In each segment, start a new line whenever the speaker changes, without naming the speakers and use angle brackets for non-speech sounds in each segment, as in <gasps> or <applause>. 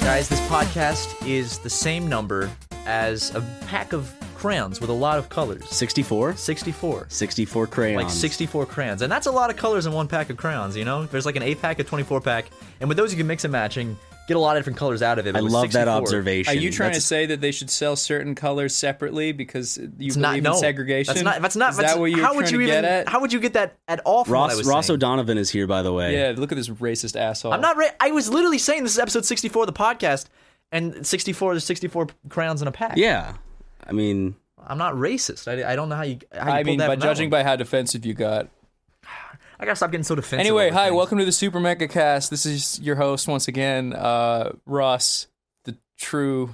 Guys, this podcast is the same number as a pack of crayons with a lot of colors
64?
64.
64 crayons.
Like 64 crayons. And that's a lot of colors in one pack of crayons, you know? There's like an 8 pack, a 24 pack. And with those, you can mix and match and get a lot of different colors out of it. but
I
with
love that
64
observation.
Are you trying
That's-
to say that they should sell certain colors separately because you believe
Not,
in
no.
segregation?
That's not. That's not.
Is
that's,
that what you're
how
trying
would you
to
even?
get at?
How would you get that at all? From what I
Ross,
was
Ross
saying?
O'Donovan is here, by the way.
yeah, look at this racist asshole.
I'm not. Re- I was literally saying this is episode 64 of the podcast, and 64. There's 64 crayons in a pack.
Yeah. I mean,
I'm not racist. I, I don't know how you. How you
I
pulled
mean,
that
by
from that
judging
one.
by how defensive you got.
I gotta stop getting so defensive.
Anyway,
over
hi,
things.
welcome to the Super Mega Cast. This is your host once again, uh, Ross, the true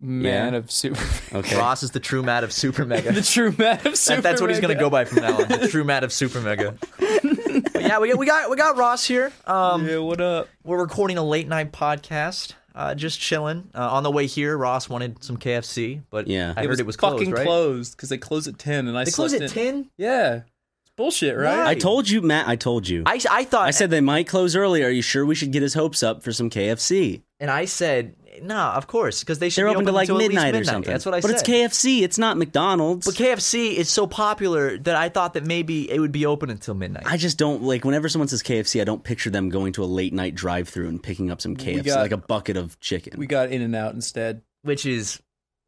man
Yeah.
of Super.
okay.
Ross is the true Matt of Super Mega.
<laughs> the true man of
Oh.
Super.
That- <laughs> that's what he's gonna
Mega.
go by from now on. The true Matt of Super
<laughs>
Mega. But yeah, we, we got we got Ross here. Um,
Yeah, what up?
we're recording a late night podcast. Uh, just chilling. Uh, on the way here, Ross wanted some KFC, but
Yeah.
I
It
heard it was closed.
fucking
right?
closed because they close at ten, and I
They closed
slept
at
in.
ten.
Yeah, it's bullshit, right?
Why?
I told you, Matt, I told you. I,
I, I thought
said they might close early. Are you sure we should get his hopes up for some KFC?
and I said no, of course, because they should
They're
be
open to like
until at least
midnight, or something.
That's what I
but
said.
it's KFC. It's not McDonald's.
But KFC is so popular that I thought that maybe it would be open until midnight.
I just don't like whenever someone says KFC, I don't picture them going to a late night drive through and picking up some KFC,
got-
like a bucket of chicken.
We got In and Out instead.
which is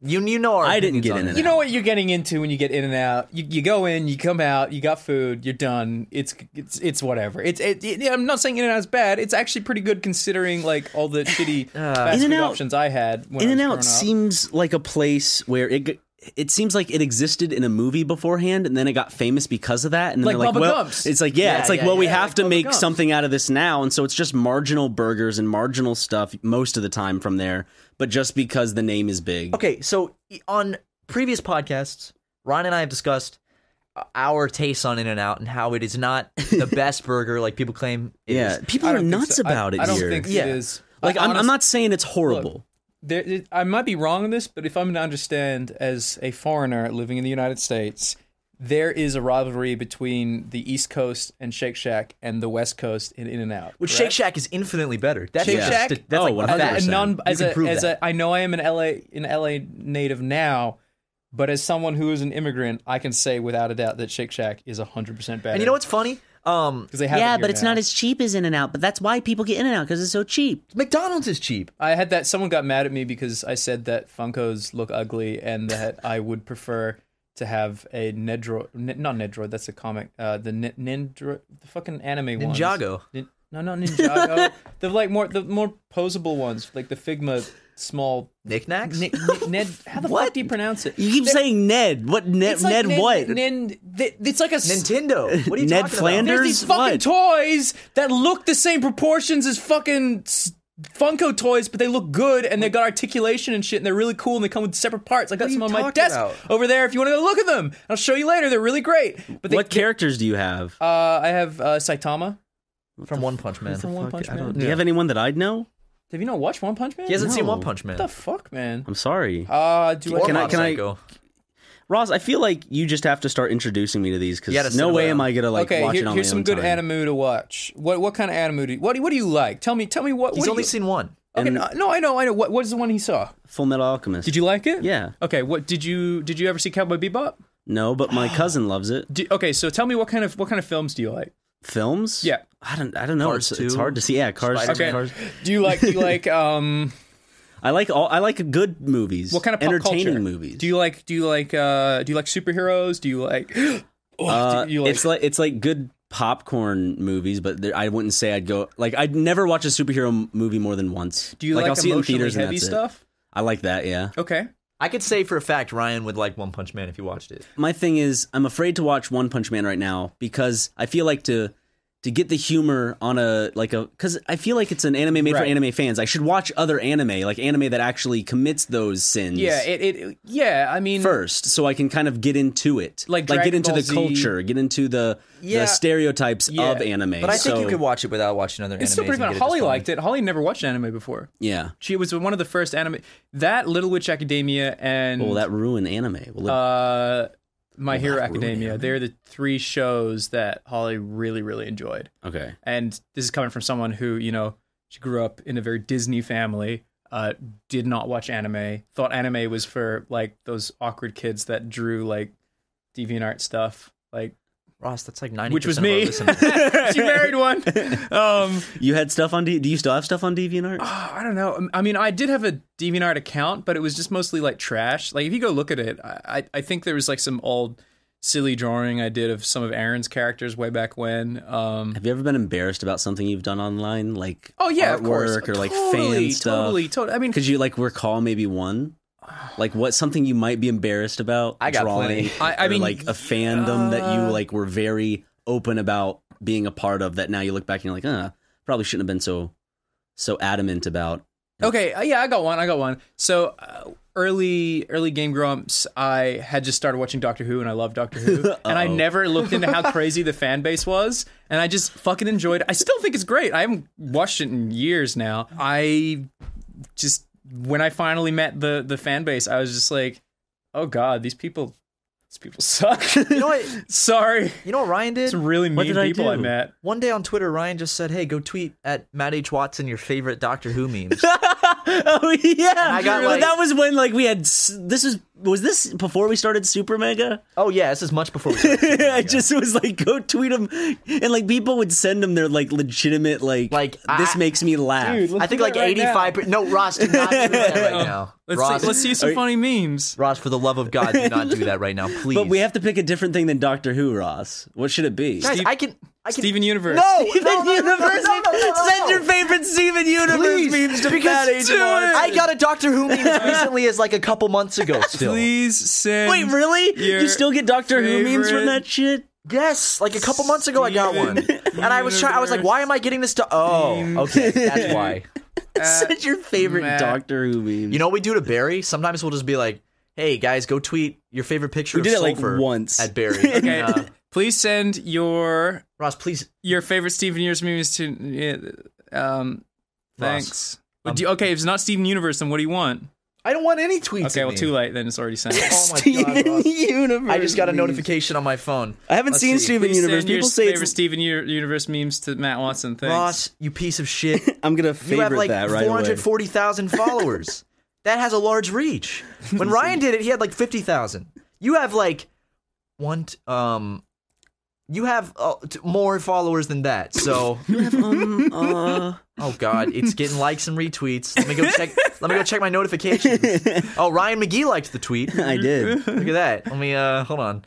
you you know our
I didn't
opinions
get
on
in and
it.
You know what you're getting into when you get in and out. You, you go in, you come out, you got food, you're done. It's it's it's whatever. It's it, it- I'm not saying in and out is bad. It's actually pretty good considering like all
<sighs>
the shitty
Uh,
fast food
In-N-Out-
options I had. When
In
I was
and
growing
Out
up.
seems like a place where it g- it seems like it existed in a movie beforehand, and then it got famous because of that. And then
Like
they're like,
Bubba
well,
Gump's.
it's like yeah,
Yeah,
it's like
yeah,
well, we
yeah,
have
like
to
Bubba
make
Gump's.
something out of this now, and so it's just marginal burgers and marginal stuff most of the time from there. But just because the name is big,
Okay, so e- on previous podcasts, Ron and I have discussed uh, our tastes on In and Out and how it is not the best burger like people claim. it
yeah,
is.
people
I
are
don't think
nuts
so. I-
about it
I, don't
here.
think
Yeah.
it is.
like
I
I'm, I'm
honest-
not saying it's horrible.
There, it, I might be wrong on this, but if I'm to understand as a foreigner living in the United States, there is a rivalry between the East Coast and Shake Shack and the West Coast in In and Out.
Which Shake Shack is infinitely better. That's
Shake
just
Shack?
a- that's
Oh,
like a
as
fact.
a- a
100%.
non
You
as
can
a
prove
as
that.
a I know I am an LA an LA native now, but as someone who is an immigrant, I can say without a doubt that Shake Shack is hundred percent better.
And you know what's funny? Um,
Because they have it here now.
as cheap as In and Out, but that's why people get In and Out because it's so cheap.
McDonald's is cheap.
I had that someone got mad at me because I said that Funkos look ugly
<laughs>
and that I would prefer to have a Nedroid, n- not Nedroid. That's a comic. Uh, the n- Nindro, the fucking anime ones.
Ninjago.
Nin- no,
<laughs>
not Ninjago. the like more the more posable ones, like the Figma small.
Knickknacks.
Ni- Ni- Ned, how the fuck do you pronounce it?
You keep saying Ned. What Ned?
It's like
Ned, what?
Nin, th- it's like a. s-
Nintendo. What are you
Ned
talking
Flanders?
there's these
What?
fucking toys that look the same proportions as fucking s- Funko toys, but they look good and they got articulation and shit, and they're really cool and they come with separate parts. I got
are
some
you
on my
talking
desk
about?
over there. If you want to go look at them, I'll show you later. They're really great. But they,
what characters do you have?
uh, I have uh, Saitama
about? From One Punch Man.
from One
Fuck,
Punch
I don't-
Man.
Do you have anyone that I'd know?
Have you not watched One Punch Man?
He hasn't seen
No.
One Punch Man.
What the fuck, man?
I'm sorry,
Uh, do
Or
I?
Can I-
Mob
can I-
Psycho.
Ross. I feel like you just have to start introducing me to these
You gotta
because
sit
no way
around.
am I gonna like
okay,
watch
here-
it on
here's
my
some
own
good
time.
anime to watch. What what kind of anime do you, what do- what do you like? Tell me tell me what. what
He's
do
only
you-
seen one.
Okay, no, no, I know, I know. What what is the one he saw?
Full Metal Alchemist.
Did you like it?
Yeah.
Okay. What did you did you ever see Cowboy Bebop?
No, but
<gasps>
my cousin loves it.
Do, okay, so tell me what kind of what kind of films do you like?
Films?
Yeah.
I don't. I don't know.
Cars
It's, it's
2,
hard to see. Yeah, Cars.
Spider-Man.
Okay.
Okay.
Cars.
Do you like
<laughs>
do you like um
I like all. I like good movies.
what kind of pop
entertaining
culture?
movies?
Do you like do you like uh do you like superheroes? Do you like <gasps> Oh,
Uh,
do you like,
it's like it's like good popcorn movies, but there, I wouldn't say I'd go like I'd never watch a superhero m- movie more than once.
do you like,
I'll see it in
emotionally
theaters and
heavy
that's it.
stuff?
I like that. Yeah.
Okay.
I could say for a fact Ryan would like One Punch Man if he watched it.
My thing is, I'm afraid to watch One Punch Man right now because I feel like to to get the humor on a like a because I feel like it's an anime made for
Right.
anime fans. I should watch other anime, like anime that actually commits those sins.
Yeah, it, it yeah, I mean
first so I can kind of get into it.
Like
like get
Dragon
into
Ball
the
Z.
culture, get into the
Yeah.
the stereotypes
Yeah.
of anime.
But I think
So,
you could watch it without watching other.
it's still
animes
pretty
and
fun.
get
Holly
just fine.
liked it. Holly never watched anime before.
Yeah.
She was one of the first anime that Little Witch Academia and
Well, Oh, that ruined anime. Well, it-
uh My Hero
that ruined
Academia.
anime.
They're the three shows that Holly really really enjoyed.
okay.
and this is coming from someone who you know she grew up in a very Disney family. Uh, did not watch anime. Thought anime was for like those awkward kids that drew like DeviantArt stuff. Like
Ross, that's like ninety.
which was me. she <laughs>
<laughs>
married one. Um,
You had stuff on. D- do you still have stuff on DeviantArt?
oh, I don't know. I mean, I did have a DeviantArt account, but it was just mostly like trash. Like if you go look at it, I I- I think there was like some old silly drawing I did of some of Aaron's characters way back when. Um,
Have you ever been embarrassed about something you've done online, like
oh yeah,
artwork
of course.
or like
Totally,
fan stuff?
Totally, totally. I mean,
Could you like recall maybe one? Like what something you might be embarrassed about
I uh, got
drawing?
plenty.
I- I
or,
mean,
like a fandom that you like were very open about being a part of. That now you look back and you're like, uh, probably shouldn't have been so so adamant about. <laughs>
Okay, uh, yeah, I got one. I got one. So uh, early, early Game Grumps, I had just started watching Doctor Who, and I love
<laughs>
Doctor Who, and I
Uh-oh.
never looked into how crazy the fan base was, and I just fucking enjoyed. it. I still think it's great. I haven't watched it in years now. I just when I finally met the the fan base, I was just like, oh god, these people, these people suck.
You know what?
<laughs> Sorry,
You know what Ryan did?
it's really mean
did I
people I,
do?
met.
One day on Twitter, Ryan just said, "Hey, go tweet at Matt H Watson your favorite Doctor Who
<laughs>
memes."
oh yeah,
I got,
but
like-
that was when like we had. s- This was was this before we started Super Mega.
oh yeah, this is much before. We
<laughs>
started.
I just was like, go tweet them, and like people would send them their like legitimate like
Like,
this
I-
makes me laugh.
Dude,
I
Let's
think
do
like
that right now.
eighty-five. per- no, Ross, do not do that
<laughs>
right now.
Let's
Ross,
see, let's see some
Are-
funny memes.
Ross, for the love of God, do not do that right
<laughs>
now, please.
but we have to pick a different thing than Doctor Who, Ross. What should it be?
guys.
Steve-
I can. I can.
Steven Universe.
no,
Steven
no, no, no, no,
Universe.
no, no, no, no.
Send your favorite Steven Universe
Please,
memes to
because-
Matt H.
Dude,
Martin.
I got a Doctor Who meme as recently as like a couple months
<laughs>
ago. Still,
Please send.
Wait, really?
Your
You still get Doctor Who memes
favorite-
from that shit?
yes, like a couple months ago, I got one,
Steven
and I was trying. I was like, why am I getting this? To- oh, okay,
<laughs>
that's why.
Send your favorite
Matt.
Doctor Who <laughs> memes.
You know what we do to Barry? Sometimes we'll just be like, "Hey guys, go tweet your favorite picture."
We
of
did it, like,
sulfur
once.
at
<laughs>
Barry. <laughs>
Okay.
Uh,
Please send your
Ross, please.
your favorite Steven Universe movies to. uh, Um,
Ross. Um,
thanks. What do you- okay, if it's not Steven Universe, then what do you want?
I don't want any tweets.
Okay,
at
well,
me.
too late. Then it's
<laughs>
already sent.
Oh my God,
Steven
Ross.
Universe.
I just got a
memes.
notification on my phone.
I haven't
Let's
seen
see.
Steven
Please
Universe.
send your
People say
favorite
it's.
Steven U- Universe memes to Matt Watson. Thanks.
Ross, you piece of shit.
<laughs> I'm gonna
You have
favorite
like
that right away. <laughs>
440,000 followers. that has a large reach. When Ryan did it, he had like 50,000. You have like one t- um you have uh, t- more followers than that.
<laughs>
So,
Um, uh,
oh god, it's getting likes and retweets. Let me go check let me go check my notifications. Oh, Ryan McGee liked the tweet. Look
<laughs> I did.
<laughs> at that. Let me uh hold on.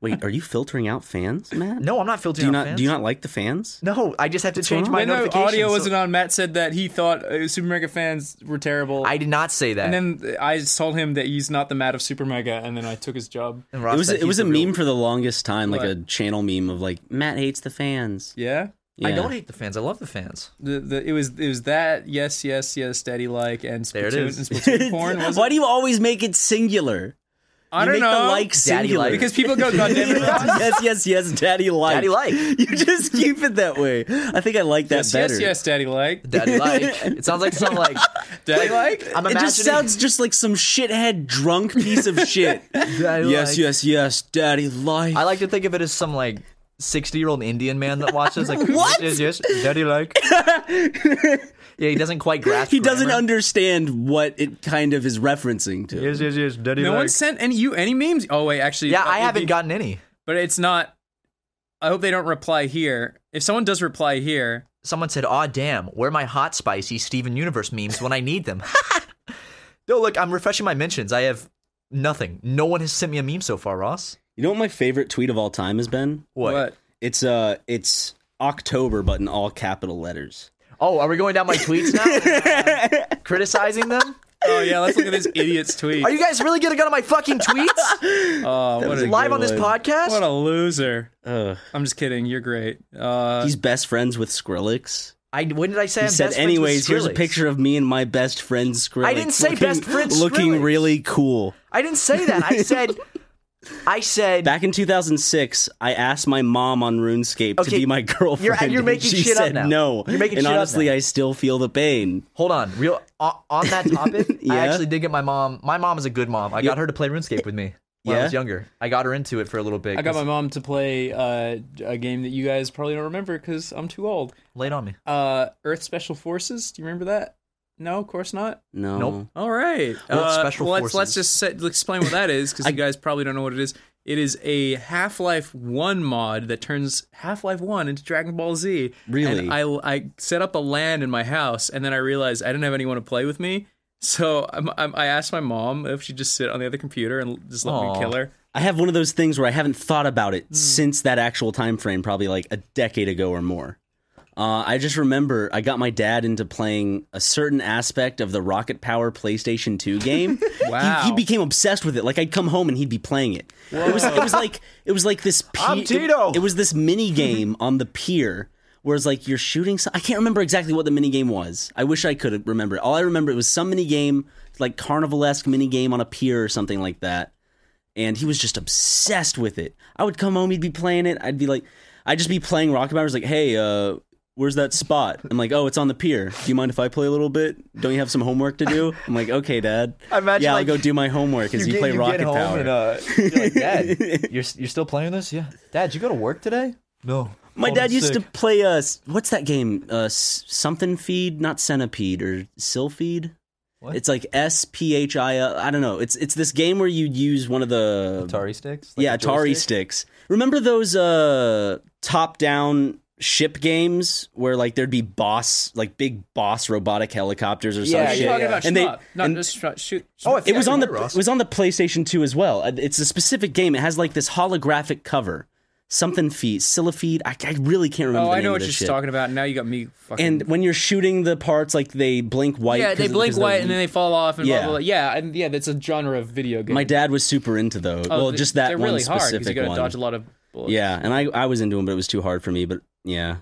Wait, are you filtering out fans, Matt?
No, I'm not filtering
Do you
out
not
fans.
do you not like the fans?
No, I just have to change
wrong?
my
When the
notifications.
audio
so-
wasn't on, Matt said that he thought uh, Super Mega fans were terrible.
I did not say that.
and then I told him that he's not the Matt of Super Mega, and then I took his job.
And Ross
It was
said
it
he's
was a
the real-
meme for the longest time, like
What?
a channel meme of like Matt hates the fans.
Yeah.
I
Yeah.
don't hate the fans. I love the fans.
The, the it was it was that yes yes yes steady like and Splatoon,
There it is. <laughs>
and Splatoon porn was
Why
it?
do you always make it singular?
I
you
don't
make
know
the like
Daddy
singular
like.
<laughs>
because people go
<laughs>
goddamn it Ross."
yes, yes, yes, daddy like.
Daddy like.
You just keep it that way. I think I like that
yes
better.
yes yes daddy like
Daddy like.
<laughs>
It sounds like something like <laughs>
daddy like
I'm
It
imagining.
just sounds just like some shithead drunk
<laughs>
piece of shit.
Daddy
yes,
like.
yes, yes, daddy like.
I like to think of it as some like sixty-year-old Indian man that watches like
<laughs> What?
Yes, yes, yes, daddy
<laughs>
like. yeah, he doesn't quite grasp.
he doesn't
grammar.
understand what it kind of is referencing to.
yes, yes, yes, daddy
no
like.
one sent any you any memes oh wait actually
yeah,
uh,
I
it'd
haven't
be-
gotten any.
but it's not I hope they don't reply here if someone does reply here
Someone said, "Aw, damn, where are my hot spicy Steven Universe memes when I need them?" <laughs> no, look, I'm refreshing my mentions. I have nothing. No one has sent me a meme so far, Ross.
You know what my favorite tweet of all time has been?
What?
It's uh, it's October, but in all capital letters.
Oh, are we going down my tweets now?
<laughs>
criticizing them?
oh yeah let's look
<laughs>
at this idiot's tweet
Are you guys really gonna go to my
<laughs>
fucking tweets
oh what a,
live on this podcast?
what a loser
Ugh.
I'm just kidding you're great uh
He's best friends with Skrillex.
I when did I say?
He
I'm
said,
best friends with
"Anyways, here's a
Skrillex?"
picture of me and my best friend Skrillex.
I didn't say best friend
Looking
Skrillex.
really cool.
I didn't say that.
<laughs>
I said, I said,
Back in 2006, I asked my mom on RuneScape to
Okay,
be my <laughs> girlfriend.
you're
and
making
she
shit up
said
now.
No,
You're making
and
shit up
honestly,
now.
I still feel the pain.
hold on, real on, on
<laughs>
that topic.
Yeah.
I actually did get my mom. My mom is a good mom. I got her to play RuneScape with me when I
Yeah?
was younger. I got her into it for a little bit.
I got my
'cause-
mom to play uh, a game that you guys probably don't remember because I'm too old.
laid on me.
Uh, Earth Special Forces. Do you remember that? No, of course not.
No.
Nope.
All right. Uh,
Well, it's Special
let's, let's
Forces.
just set, let's explain what that is
<laughs>
because you guys probably don't know what it is. It is a Half Life 1 mod that turns Half Life 1 into Dragon Ball Z.
Really?
And I, I set up a LAN in my house and then I realized I didn't have anyone to play with me. So I'm, I'm, I asked my mom if she'd just sit on the other computer and just let
Aw.
me kill her.
I have one of those things where I haven't thought about
Hmm.
it since that actual time frame, probably like a decade ago or more. Uh, I just remember I got my dad into playing a certain aspect of the Rocket Power PlayStation 2
<laughs>
game.
Wow.
He, he became obsessed with it. Like I'd come home and he'd be playing it. It was it was like it was like this pe-
I'm
it-
Tito.
It, was
<laughs>
this mini game on the pier where it's like you're shooting some, I can't remember exactly what the mini game was. I wish I could remember. it. All I remember it was some mini game like carnivalesque mini game on a pier or something like that and he was just obsessed with it. I would come home, he'd be playing it. I'd be like, I'd just be playing Rocket Power. I was like, hey, uh, where's that spot? I'm like, oh, it's on the pier. Do you mind if I play a little bit? Don't you have some homework to do? I'm like, okay, Dad.
I imagine,
yeah,
like,
I'll go do my homework as you, play Rocket Power.
uh, you're like,
<laughs>
Dad, you're, s- you're still playing this? Yeah. Dad, you go to work today? No.
my
Called
dad
in
used to
sick.
play uh, s- what's that game? Uh, s- something feed, not centipede or sylphide.
What?
It's like S P H I. I don't know. It's it's this game where you'd use one of the
Atari sticks? Like
yeah,
a
Atari
joystick?
sticks. Remember those uh top-down ship games where like there'd be boss, like big boss robotic helicopters or
Yeah,
some
yeah,
shit.
yeah.
talking about
And they-
Schmuck, not
and-
just Schmuck, shoot.
Oh, I
It
think
was
I
on the
remember, Ross.
it was on the PlayStation 2 as well. Uh, It's a specific game. It has like this holographic cover, something feed, Silifeed. I, I really can't remember.
Oh,
the
I
name
know
of
what
this
you're
shit.
talking about. Now you got me fucking.
And when you're shooting the parts, like they blink white.
yeah, they
'cause-
blink
because
white
they're-
and then they fall off and
Yeah.
blah blah. blah. Yeah, and yeah, that's a genre of video game.
My dad was super into those.
Oh,
well,
th-
just that
they're
one
really hard
specific
you gotta
one.
dodge a lot of bullets.
Yeah, and I, I was into them, but it was too hard for me. But yeah,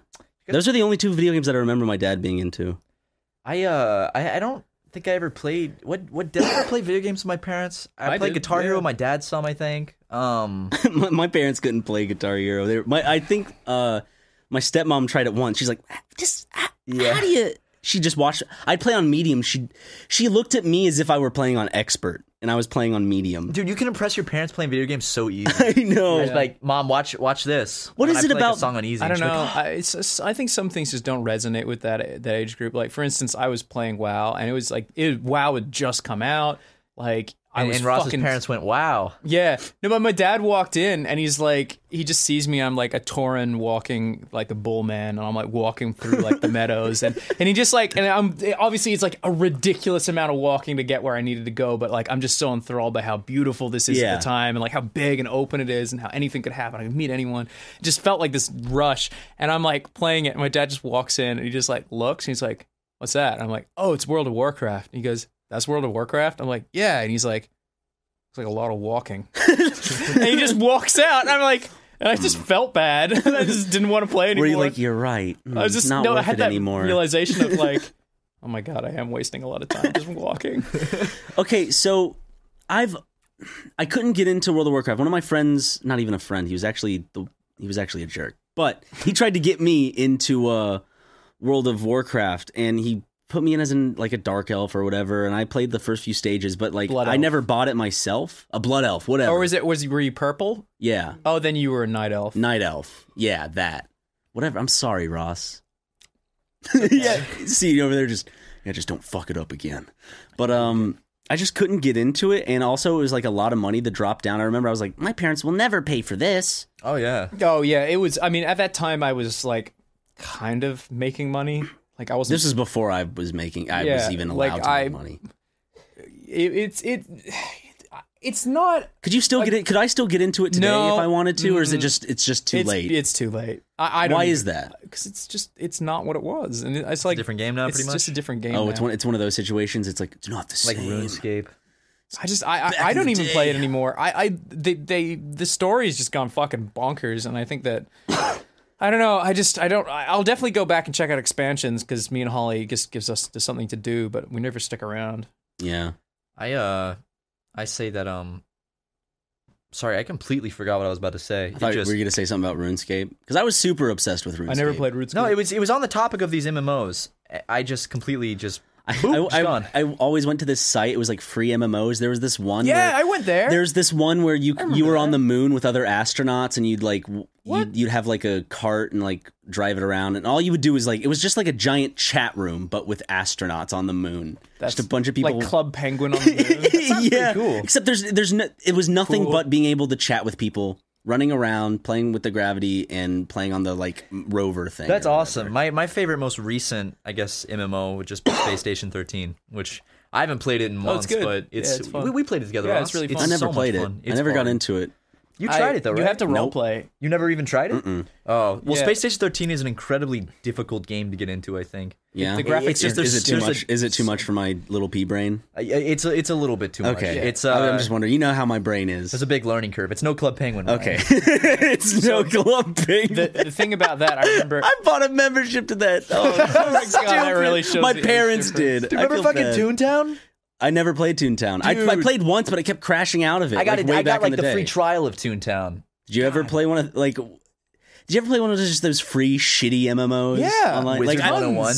those are the only two video games that I remember my dad being into. <laughs>
I uh I, I don't think I ever played what what did I ever play video games with my parents? I,
I
played
did,
Guitar Hero
yeah.
with my dad some, I think.
<laughs>
Um
my, my parents couldn't play Guitar Hero. They were, my I think uh, my stepmom tried it once. She's like, "Ah, just how,
Yeah.
how do you? She just watched. I'd play on medium. She she looked at me as if I were playing on expert, and I was playing on medium.
<laughs>
dude, you can impress your parents playing video games so easy.
I know.
It's Like, mom, watch watch this.
What
What is
is it about-
a song on easy?
I don't
she's like,
know. I, it's, it's- I think some things just don't resonate with that that age group. Like for instance, I was playing WoW, and it was like it, WoW had just come out. Like I
and,
was
and Ross's
fucking
parents went, "Wow,
Yeah. No, but my dad walked in and he's like, he just sees me. I'm like a tauren walking like a bull man, and I'm like walking through like the meadows, and and he just like, and I'm obviously it's like a ridiculous amount of walking to get where I needed to go, but like I'm just so enthralled by how beautiful this is
Yeah.
at the time, and like how big and open it is, and how anything could happen. I could meet anyone. It just felt like this rush, and I'm like playing it, and my dad just walks in, and he just like looks, and he's like, "What's that?" And I'm like, "Oh, it's World of Warcraft." And he goes, "That's World of Warcraft." I'm like, "Yeah," and he's like. It's like a lot of walking. <laughs> and he just walks out, and I'm like, and I just felt bad. <laughs> I just didn't want to play anymore.
Were you like, you're right?
I was just
It's not
no,
worth
I had
it
that
anymore.
realization of
<laughs>
like, oh my god, I am wasting a lot of time just walking.
Okay, so I've I couldn't get into World of Warcraft. One of my friends, not even a friend, he was actually the he was actually a jerk, but he tried to get me into uh, World of Warcraft, and he put me in as in like a dark elf or whatever. And I played the first few stages, but like
Blood
I
elf.
never bought it myself. A blood elf, whatever.
<laughs> or was it was were you purple?
yeah,
Oh, then you were a night elf.
night elf. Yeah, that. Whatever. I'm sorry, Ross. <laughs> yeah, see you over there. Just yeah, just don't fuck it up again. But um, I just couldn't get into it, and also it was like a lot of money to drop down. I remember I was like, my parents will never pay for this.
oh yeah."
Oh yeah, it was. I mean, at that time, I was like, kind of making money. Like I wasn't
This is before I was making. I was
Yeah,
even allowed
like,
to
I-
make money.
it, it's it. It's not
Could you still get it? Could I still get into it today
No.
if I wanted to, or is it
Mm.
just it's just too
it's,
late?
It's too late. I, I don't
Why
even-
is that?
because it's just it's not what it was, and it- it's like
different game now,
It's
pretty
just
much?
a different game.
Oh, it's
now.
one. It's one of those situations. It's like it's not the
Like
same.
RuneScape.
I just I
Back
I, I
in
don't
the
even play it
day.
anymore. I I they they the story's just gone fucking bonkers, and I think that. <coughs> I don't know. I just I don't. I- I'll definitely go back and check out expansions because me and Holly just gives us just something to do, but we never stick around.
Yeah.
I uh I say that um Sorry, I completely forgot what I was about to say.
I
It
thought
just-
we were gonna say something about RuneScape because I was super obsessed with RuneScape.
I never played Roots.
no, it was it was on the topic of these MMOs. I- I just completely just
I,
Boop,
I,
gone.
I, I always went to this site. It was like free MMOs. There was this one.
Yeah,
where-
I went there.
There's this one where you you were on the moon with other astronauts, and you'd like w-
What?
You'd, you'd have like a cart and like drive it around, and all you would do is like it was just like a giant chat room, but with astronauts on the moon. just a bunch of people. <laughs>
like Club Penguin on the moon. That sounds pretty
yeah,
cool.
except there's there's no, it was nothing
Cool.
but being able to chat with people, running around, playing with the gravity, and playing on the like rover thing.
That's
or whatever.
awesome. My my favorite, most recent, I guess, MMO would just be
<coughs>
Space Station 13, which I haven't played it in months,
Oh, good.
but
Yeah,
it's,
it's fun.
we, we played it together.
Yeah,
Ross.
it's really
I
fun.
never
so much
played it.
fun.
I
It's
never got
fun.
into it.
You tried
I-
it though, right?
You have to
Nope.
roleplay.
You never even tried it? Oh well,
Yeah.
Space Station 13 is an incredibly difficult game to get into. I think
Yeah,
The graphics
It's just
is, is
there's-
it too
there's a-
much? is it too much for my little pea brain?
I- I- it's a, it's a little bit too much.
Okay,
it's uh,
I'm just wondering. You know how my brain is.
there's a big learning curve. It's no Club Penguin. Ryan.
Okay, it's no clumping.
The, the thing about that, I
<laughs>
remember.
I bought a membership to that. <laughs> Oh, it's so
<laughs> Oh my God, that
stupid.
really shows
my
the age
parents
difference.
did.
Do you
I
remember
feel
fucking
bad.
Toontown?
I never played Toontown. I, I
Dude.
played once, but I kept crashing out of it.
I got
like,
it.
way
I
back
got like
in
the,
the, day.
free trial of Toontown.
Did you ever play one of like? Did you ever play one of those just those free shitty MMOs?
Yeah.
online?
Wizard
like
101.
I,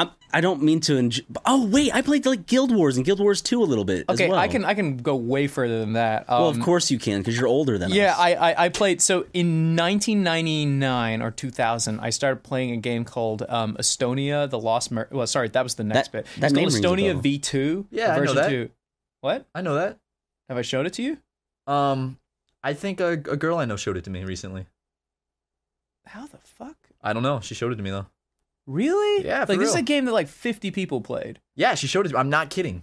I'm- I don't mean to. Enjoy, oh wait, I played like Guild Wars and Guild Wars Two a little bit. as
Okay,
well.
I can I can go way further than that.
Well,
Um,
of course you can because you're older than
Yeah,
us.
I, I I played so in 1999 or 2000, I started playing a game called um, Estonia: The Lost. Mer- well, sorry, that was the next
That-
bit.
that
it's
name
called
rings a
Estonia
bell.
V2.
Yeah, I know
version
that.
two. What
I know that.
have I showed it to you?
Um, I think a, a girl I know showed it to me recently.
How the fuck?
I don't know. She showed it to me though.
Really?
Yeah,
Like
for
this is
real.
a game that like 50 people played.
Yeah, she showed it. to me. I'm not kidding.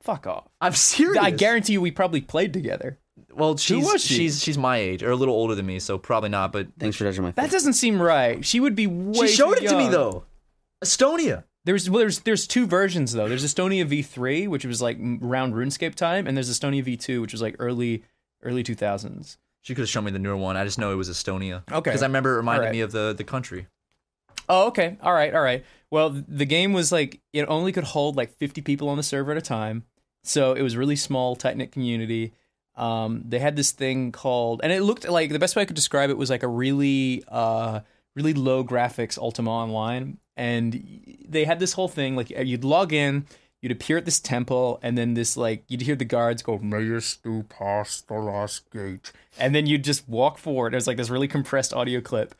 Fuck off.
I'm serious.
I guarantee you, we probably played together.
Well, she's
was she?
she's she's my age or a little older than me, so probably not. But
Thanks for judging my.
That doesn't seem right. She would be way.
she showed
too
it to me
young.
though. Estonia.
There's well, there's there's two versions though. There's Estonia V3, which was like m- around RuneScape time, and there's Estonia V2, which was like early early 2000s.
She could have shown me the newer one. I just know it was Estonia.
Okay.
Because I remember it reminded
Alright.
me of the the country.
Oh, okay. All right, all right. Well, th- the game was like it only could hold like 50 people on the server at a time, so it was really small, tight knit community. Um, they had this thing called, and it looked like the best way I could describe it was like a really, uh, really low graphics Ultima Online, and y- they had this whole thing like you'd log in. You'd appear at this temple, and then this like you'd hear the guards go, "May you stew past the last gate," and then you'd just walk forward. It was like this really compressed audio clip,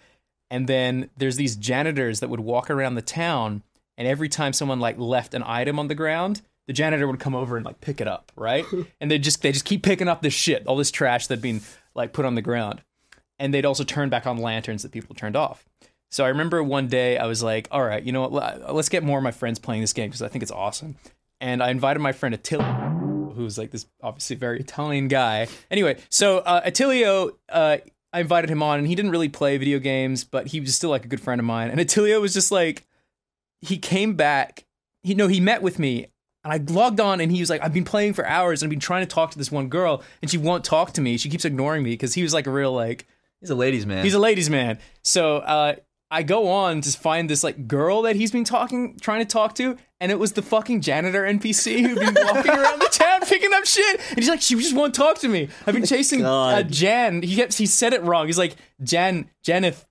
and then there's these janitors that would walk around the town and every time someone like left an item on the ground the janitor would come over and like pick it up right and they just they just keep picking up this shit all this trash that'd been like put on the ground and they'd also turn back on lanterns that people turned off so i remember one day i was like all right you know what l- let's get more of my friends playing this game because i think it's awesome and i invited my friend attila who's like this obviously very Italian guy. Anyway, so uh, Attilio, uh, I invited him on, and he didn't really play video games, but he was still like a good friend of mine. And Attilio was just like, he came back. He no, he met with me, and I logged on, and he was like, I've been playing for hours, and I've been trying to talk to this one girl, and she won't talk to me. She keeps ignoring me because he was like a real like
He's a ladies' man.
He's a ladies' man. So uh, I go on to find this like girl that he's been talking, trying to talk to, and it was the fucking janitor NPC who'd been walking around the town picking up shit. And he's like, she just won't talk to me. I've been chasing
God.
uh, Jan. He kept he said it wrong. He's like Jan Janeth.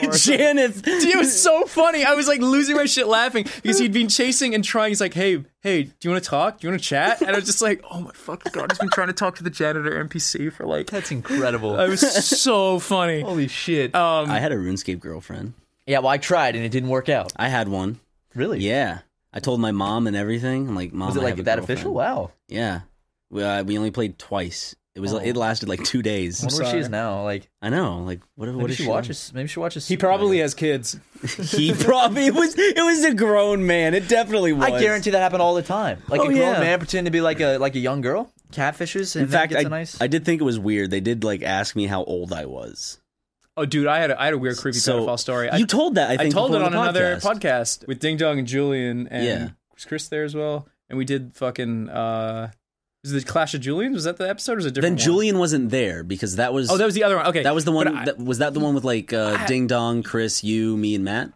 Janice.
It was so funny. I was like losing my shit laughing because he'd been chasing and trying. He's like, "Hey, hey, do you want to talk? Do you want to chat?" And I was just like, "Oh my fucking god!" He's been trying to talk to the janitor NPC
<laughs>
for like.
<laughs> That's incredible.
It was so funny.
Holy shit.
Um,
I had a RuneScape girlfriend.
yeah, well, I tried and it didn't work out.
I had one.
Really?
Yeah. I told my mom and everything. I'm like, mom,
Was it
I
like
have a
that
girlfriend."
official? Wow.
Yeah. We, uh, we only played twice. It
Oh.
was it lasted like two days.
I wonder where she
sorry.
is now. Like,
I know. Like what? What
maybe
is
she,
she?
watches. Maybe she watches.
He probably has kids.
on?
<laughs>
He probably it was. It was a grown man. It definitely was.
I guarantee that happened all the time. Like
Oh,
a grown
yeah.
man pretend to be like a like a young girl, catfishes, and
In fact,
gets
I,
a nice.
I did think it was weird. They did like ask me how old I was.
Oh, dude, I had a, I had a weird creepy
So
pedophile story. I,
you told that I
I
think
told it
before
on
the
another podcast with Ding Dong and Julian, and
Yeah.
was Chris there as well. And we did fucking uh, was it Clash of Julians? Was that the episode? or Was it a different?
Then
one?
Julian wasn't there because that was
Oh, that was the other one. Okay,
that was the
But
one.
I-
that, was that the one with like uh, Ding Dong, Chris, you, me, and Matt?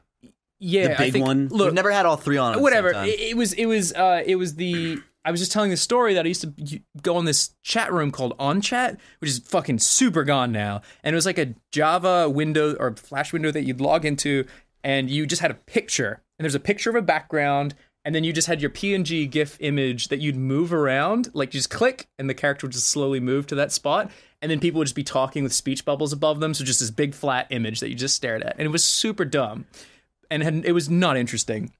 yeah,
the
I
big
think-
one?
We've
Look,
never had all three on. At
whatever.
The same time.
It, it was it was uh it was the I was just telling this story that I used to y- go on this chat room called OnChat, which is fucking super gone now. And it was like a Java window or Flash window that you'd log into, and you just had a picture, and there's a picture of a background, and then you just had your PNG GIF image that you'd move around, like you just click, and the character would just slowly move to that spot, and then people would just be talking with speech bubbles above them, so just this big flat image that you just stared at, and it was super dumb, and had, it was not interesting.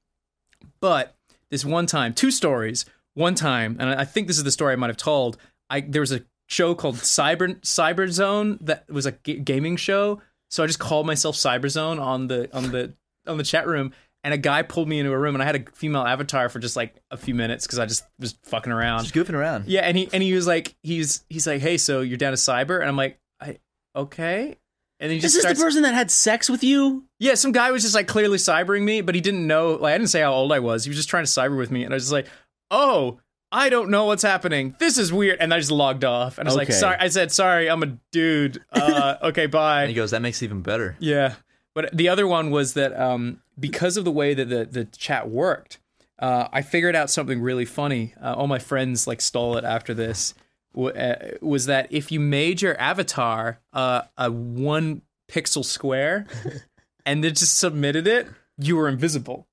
But this one time, two stories. One time, and I I think this is the story I might have told. I there was a show called Cyber Cyber Zone that was a g- gaming show. So I just called myself Cyber Zone on the on the on the chat room, and a guy pulled me into a room, and I had a female avatar for just like a few minutes because I just was fucking around.
Just goofing around.
Yeah, and he and he was like, he's he's like, hey, so you're down to Cyber, and I'm like, I okay. And he
Is
just
this
starts
the person that had sex with you?
yeah, some guy was just like clearly cybering me, but he didn't know. Like, I didn't say how old I was. He was just trying to cyber with me, and I was just like, "Oh, I don't know what's happening. This is weird." And I just logged off, and I was
Okay.
like, "Sorry," I said, "Sorry, I'm a dude." Uh, okay, <laughs> bye.
And he goes, that makes it even better.
Yeah. But the other one was that um, because of the way that the, the chat worked, uh, I figured out something really funny. Uh, all my friends like stole it after this. W- uh, was that if you made your avatar uh, a one pixel square
<laughs>
and then just submitted it, you were invisible.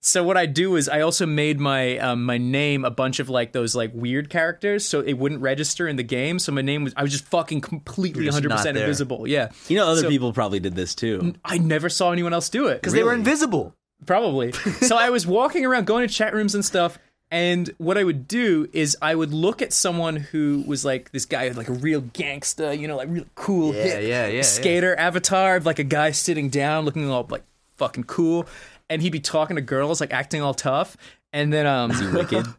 So what I do is I also made my um, my name a bunch of like those like weird characters, so it wouldn't register in the game. So my name was I was just fucking completely
You're just not
hundred percent
there.
invisible. Yeah,
You know, other
So-
people probably did this too.
I never saw anyone else do it
Because they were invisible.
probably. so I was walking around going to chat rooms and stuff. And what I would do is I would look at someone who was like this guy, like a real gangster, you know, like real cool,
Yeah,
hip
yeah, yeah, yeah.
skater avatar of like a guy sitting down, looking all like fucking cool, and he'd be talking to girls, like acting all tough, and then um,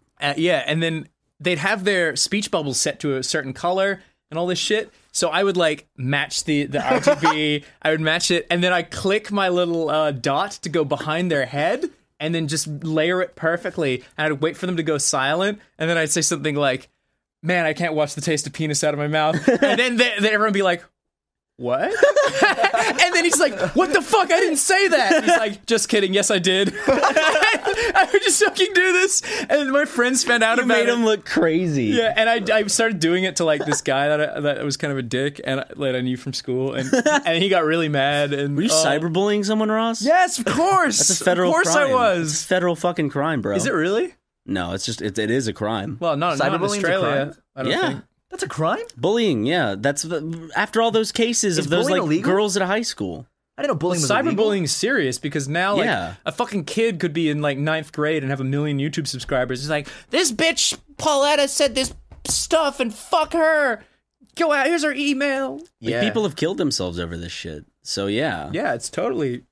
<laughs> uh, yeah, and then they'd have their speech bubbles set to a certain color and all this shit. So I would like match the the RGB. I would match it, and then I click my little uh, dot to go behind their head, and then just layer it perfectly. And I'd wait for them to go silent, and then I'd say something like, "Man, I can't watch the taste of penis out of
<laughs>
my mouth." and then they, then everyone would be like. What? and then he's like, "What the fuck? I didn't say that." And he's like, "Just kidding. Yes, I did. <laughs> I would just fucking do this." And my friends found out
You
about
made
it.
him look crazy.
Yeah, and I, I started doing it to like this guy that I, that was kind of a dick and I- that I knew from school,
<laughs>
and and he got really mad. And
Were you
oh.
uh,
cyberbullying someone, Ross?
Yes, of course.
That's a federal
Of course,
crime.
I
It's a
was.
federal fucking crime, bro.
Is it really?
No, it's just it, it is a crime.
Well, not, not in
Cyberbullying's a
Australia.
crime?
I don't
Yeah.
think.
That's a crime?
Bullying, yeah. That's the- after all those cases
Is
of those
bullying
like
illegal?
girls at high school.
I didn't know bullying was illegal.
Cyberbullying is serious because now, like,
Yeah.
a fucking kid could be in like ninth grade and have a million YouTube subscribers. It's like this bitch Pauletta said this stuff and fuck her. Go out. Here's her email.
Like
Yeah.
people have killed themselves over this shit. So yeah,
Yeah, it's totally,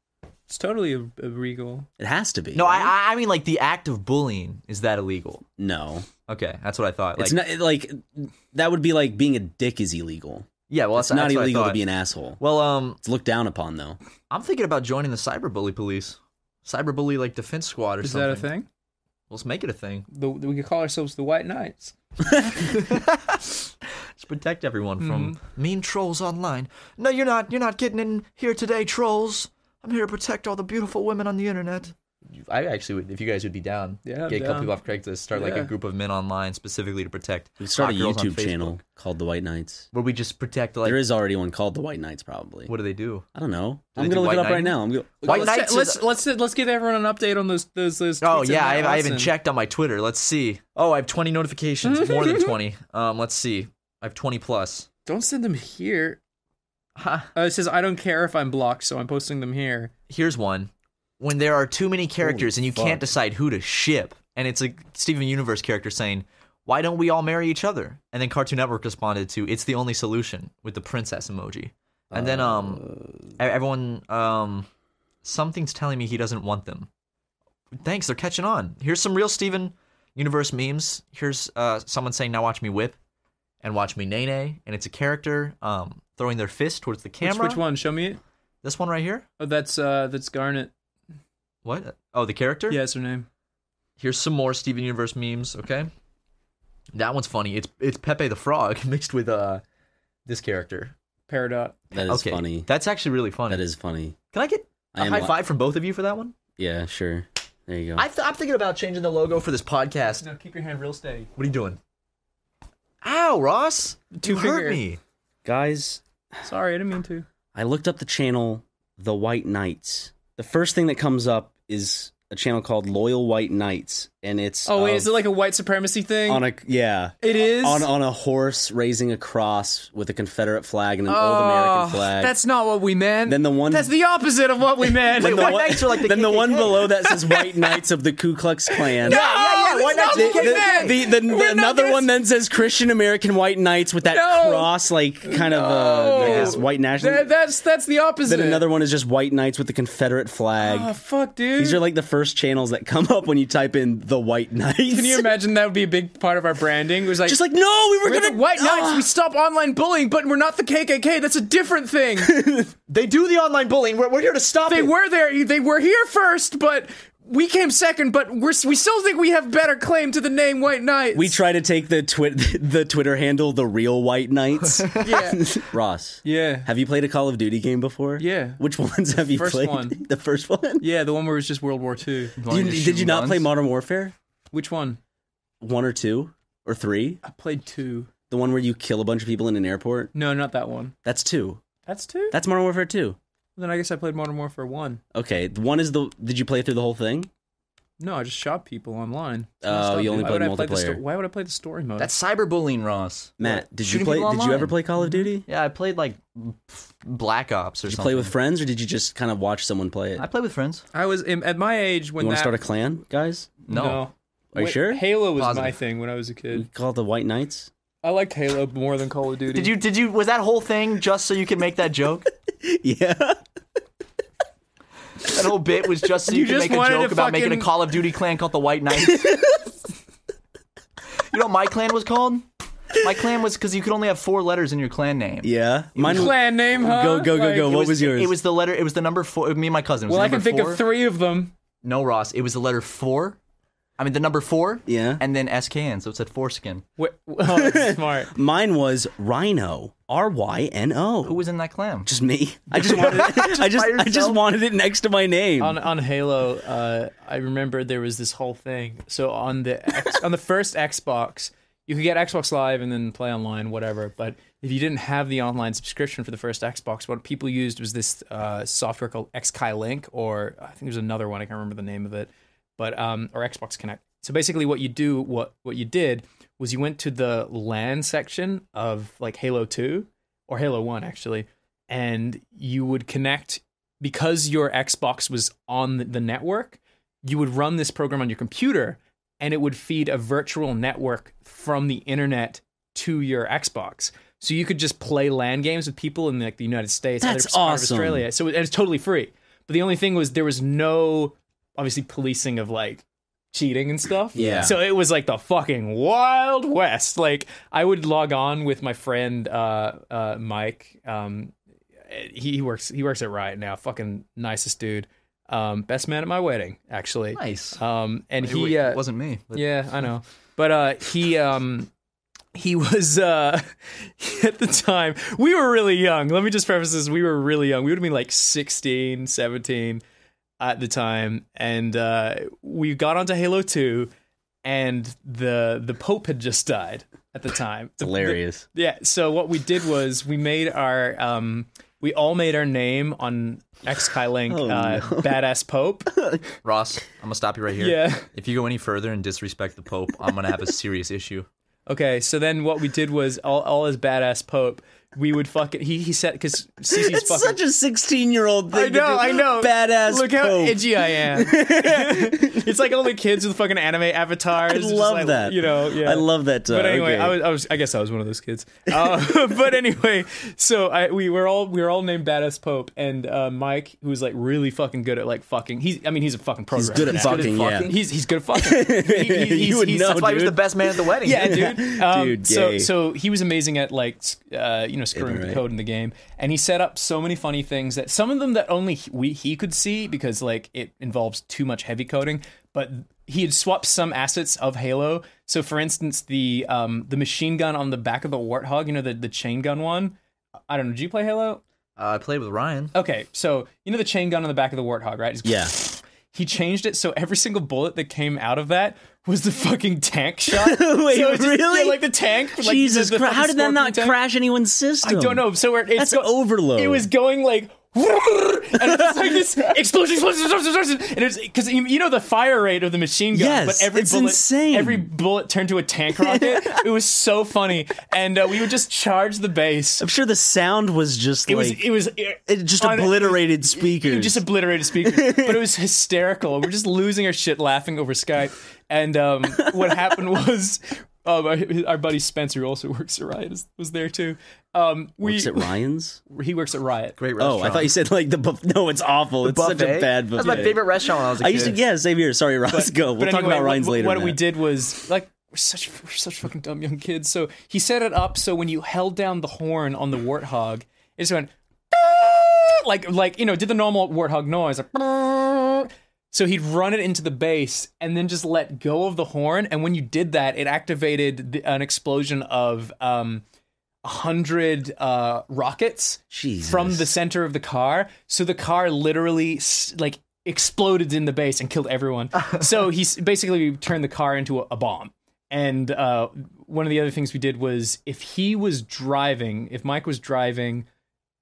it's totally a, a regal.
it has to be.
No, I- I, I mean like the act of bullying is that illegal?
no.
Okay, that's what I thought. Like,
it's not like that would be like being a dick is illegal.
yeah, well,
It's
that's,
not
that's what I
illegal to
thought.
be an asshole.
Well, um,
It's looked down upon though.
I'm thinking about joining the cyberbully police, cyberbully like defense squad or
Is
something.
that a thing?
Let's make it a thing.
The, we could call ourselves the White Knights.
Let's protect everyone from mean trolls online. No, you're not. You're not getting in here today, trolls. I'm here to protect all the beautiful women on the internet. I actually would, if you guys would be down,
Yeah, I'm
get a couple
down.
people off Craigslist, start like a
Yeah.
group of men online specifically to protect.
We start a
hot girls on
YouTube
Facebook,
channel called The White Knights.
where we just protect like
there is already one called The White Knights, probably.
what do they do?
I don't know.
Do
I'm
they do
gonna look
White
it up
Knight?
right now. I'm gonna,
White
let's,
Knights is
Let's,
a-
let's let's give everyone an update on those those those. tweets
Oh
and
yeah, I,
Matt
I haven't
Watson.
checked on my Twitter. Let's see. Oh, I have 20 notifications, more than 20. Um, let's see. I have 20 plus.
Don't send them here.
Ha.
Uh, it says I don't care if I'm blocked, so I'm posting them here.
Here's one. When there are too many characters and you
fuck.
can't decide who to ship, and it's a Steven Universe character saying, "Why don't we all marry each other?" And then Cartoon Network responded to, "It's the only solution" with the princess emoji. And then um, e- everyone um, something's telling me he doesn't want them. Thanks, they're catching on. Here's some real Steven Universe memes. Here's uh, someone saying, "Now watch me whip," and watch me nay nay, and it's a character um, throwing their fist towards the
Which,
camera.
which one? Show me it.
This one right here.
Oh, that's uh, that's Garnet.
What? Oh, the character?
Yeah, that's her name.
Here's some more Steven Universe memes, okay? That one's funny. It's it's Pepe the Frog <laughs> mixed with uh this character.
Peridot.
that is
okay.
funny.
That's actually really funny.
That is funny.
Can I get
I
a
am
high
li-
five from both of you for that one?
Yeah, sure. There you go.
I th- I'm thinking about changing the logo for this podcast.
No, keep your hand real steady.
What are you doing? Ow, Ross!
Two
you hurt
finger.
me.
Guys,
Sorry, I didn't mean to.
I looked up the channel The White Knights. The first thing that comes up is a channel called Loyal White Knights, and it's
Oh wait,
of-
Um,
is it like a white supremacy thing?
on a yeah
it is
on on a horse raising a cross with a Confederate flag and an old
Oh,
American flag.
That's not what we meant.
then the one
that's the opposite of what we meant.
<laughs> then the
White
one,
Knights are like the
<laughs> then the
KKK.
one below that <laughs> says White Knights of the Ku Klux Klan.
no,
yeah, yeah, why
that's not
not
The,
take
what we
it?
meant.
the, the, the,
We're not
another
gonna
one then says Christian American White Knights with that
No.
cross, like kind of uh, I
No.
guess, white national.
That- that's that's the opposite.
then another one is just White Knights with the Confederate flag.
Oh fuck, dude.
These are like the first channels that come up when you type in the White Knights.
Can
<laughs>
you imagine that would be a big part of our branding? It was like,
Just like no, we were
we're
gonna
the white knights.
Ah.
We stop online bullying, but we're not the KKK. That's a different
<laughs>
thing.
They do the online bullying. We're, we're here to stop
they
it.
were there. They were here first, but we came second. But we're, we still think we have better claim to the name White Knights.
<laughs> We try to take the twit <laughs> the Twitter handle the real White Knights.
<laughs> Yeah.
<laughs> Ross,
Yeah.
have you played a Call of Duty game before?
Yeah.
Which ones have you
First
played?
one.
<laughs> The first one.
Yeah, the one where it's just World War II.
You- did you not play Modern Warfare
Which one?
one or two or three?
I played two.
The one where you kill a bunch of people in an airport.
No, not that one.
That's two.
That's two?
That's Modern Warfare two.
Then I guess I played Modern Warfare 1.
Okay, the one is the. Did you play through the whole thing?
No, I just shot people online.
Oh, you only
Why
played
would I play the sto-
multiplayer.
why would I play the story mode?
That's cyberbullying, Ross.
Matt, did you
Shooting
play?
people
Did you ever
online.
play Call of Duty?
Yeah, I played like pff, Black Ops or
Did you
something.
play with friends or did you just kind of watch someone play it?
I play with friends.
I was in, at my age when
You want
that.
to start a clan, guys?
No.
Are you
Wait,
sure? Mm.
Halo was my
Positive.
thing when I was a
We
kid.
call it the White Knights.
I liked Halo more than Call of Duty. <laughs>
Did you? Did you? Was that whole thing just so you could make that joke?
Yeah.
that whole bit was just so you,
You
could
just
make a
wanted
joke
to
about making
fucking-
a Call of Duty clan called the White Knights. you know what my clan was called? My clan was because you could only have four letters in your clan name.
Yeah. Mine
clan name, huh?
Go go go
Like,
go.
it
What was,
was-
yours?
It was the letter. It was the number four. Me and my cousin. It was
Well, I
the
can
number
think
four.
of three of them.
No, Ross. It was the letter four. I mean, the number four.
Yeah.
And then SKN, so it said foreskin.
Wait, <laughs>
<laughs>
oh, that's smart.
Mine was Rhino. R Y N O.
Who was in that clan?
just <laughs> me. I just wanted it. <laughs> I just I just
yourself?
wanted it next to my name.
on on Halo, uh, I remember there was this whole thing. So on the X, on the first Xbox, you could get Xbox Live and then play online, whatever. But if you didn't have the online subscription for the first Xbox, what people used was this uh, software called XKI Link, or I think there's another one I can't remember the name of it, but um, or Xbox Connect. So basically, what you do, what what you did was you went to the LAN section of like Halo Two or Halo One actually, and you would connect because your Xbox was on the- the network, you would run this program on your computer and it would feed a virtual network from the internet to your Xbox. So you could just play LAN games with people in like the United States,
That's
other part
awesome.
of Australia. So it, it's totally free. But the only thing was there was no obviously policing of like cheating and stuff.
Yeah.
So it was like the fucking wild west. Like I would log on with my friend uh, uh, Mike. Um, he, he works he works at Riot now. Fucking nicest dude. Um, best man at my wedding actually.
Nice.
Um, and
Uh, Wait,
he uh,
it wasn't me. but-
yeah, I know. But uh, he um, he was uh, <laughs> at the time we were really young. Let me just preface this: we were really young. We would have been like 16, 17 at the time, and uh, we got onto Halo Two, and the the Pope had just died at the time. The-
Hilarious.
yeah. So what we did was we made our um we all made our name on X Link
Oh,
uh,
no.
badass Pope.
Ross, I'm gonna stop you right here.
Yeah.
If you go any further and disrespect the Pope, I'm gonna have a serious issue.
Okay. So then what we did was all all as badass Pope. We would fucking he he said because Cece's
It's
fucking.
such a sixteen-year-old thing.
I
to
know,
do.
I know.
Badass.
Look how
Pope.
edgy
<laughs>
I am. it's like all the kids with fucking anime avatars.
I
It's just
love
like,
that.
You know, yeah.
I love that. Uh,
But anyway,
okay.
I was, I was, I guess I was one of those kids. Uh, <laughs> but anyway, so I, we were all, we were all named Badass Pope, and uh, Mike, who was like really fucking good at like fucking. He's, I mean, he's a fucking pro.
He's good at fucking.
fucking.
Yeah.
He's, he's good at fucking.
<laughs>
He- he-
You
he's-
would
he's-
know,
That's why he was the
dude.
best man at the wedding.
<laughs> yeah, dude. Um,
<laughs> Dude,
so
gay.
so he was amazing at like s- uh, you know screwing with
right?
the code in the game, and he set up so many funny things that some of them that only he- we he could see because like it involves too much heavy coding, but he had swapped some assets of Halo. So for instance, the um the machine gun on the back of the Warthog, you know the the chain gun one. I don't know. Did you play Halo?
Uh, I played with Ryan.
Okay, so you know the chain gun on the back of the Warthog, right? It's-
Yeah.
he changed it so every single bullet that came out of that was the
<laughs>
fucking tank shot. Wait, so it's just-
really?
yeah, like the tank. Like
Jesus
the- the
Christ! How
fucking
did that
Scorpion
not
tank.
crash anyone's system?
I don't know. So we're,
<laughs>
it's
That's overload.
It was going like <laughs> and it's just
<laughs>
like this explosion, explosion, explosion, explosion. and it's because you, you know the fire rate of the machine gun,
Yes,
but every
it's
bullet,
insane.
every bullet turned to a tank rocket. it was so funny, and uh, we would just charge the base.
I'm sure the sound was just
It was,
like
it was,
it just
on-
obliterated speakers.
you just obliterated speakers. but it was hysterical. We're just losing our shit laughing over Skype. And um, what happened was um, our, our buddy Spencer, who also works at Riot, is, was there too. Um, we,
Works at Ryan's? <laughs>
he works at Riot.
Great
Oh,
restaurant.
I thought you said like the buff- no. It's awful. it's such a bad buffet.
That's my favorite restaurant when I was a
I
kid.
used to yeah, same here. Sorry, Ross. go. We'll
But
talk
anyway,
about
what-
Ryan's
what,
later.
What
Matt.
we did was like we're such we're such fucking dumb young kids. So he set it up so when you held down the horn on the warthog, it just went <laughs> like like you know did the normal warthog noise. like, so he'd run it into the base and then just let go of the horn. And when you did that, it activated the, an explosion of um, a hundred uh, rockets
Jesus.
from the center of the car. So the car literally s- like exploded in the base and killed everyone. so he s- basically turned the car into a, a bomb. And uh, one of the other things we did was if he was driving, if Mike was driving,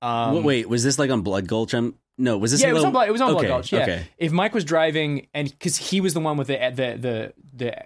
um,
Wait, wait, was this like on Blood Gulch? I'm, no, was this?
yeah,
in
it was
the-
on Blood, it was on Blood
Okay,
Gulch. Yeah,
Okay.
if Mike was driving and because he was the one with the the the, the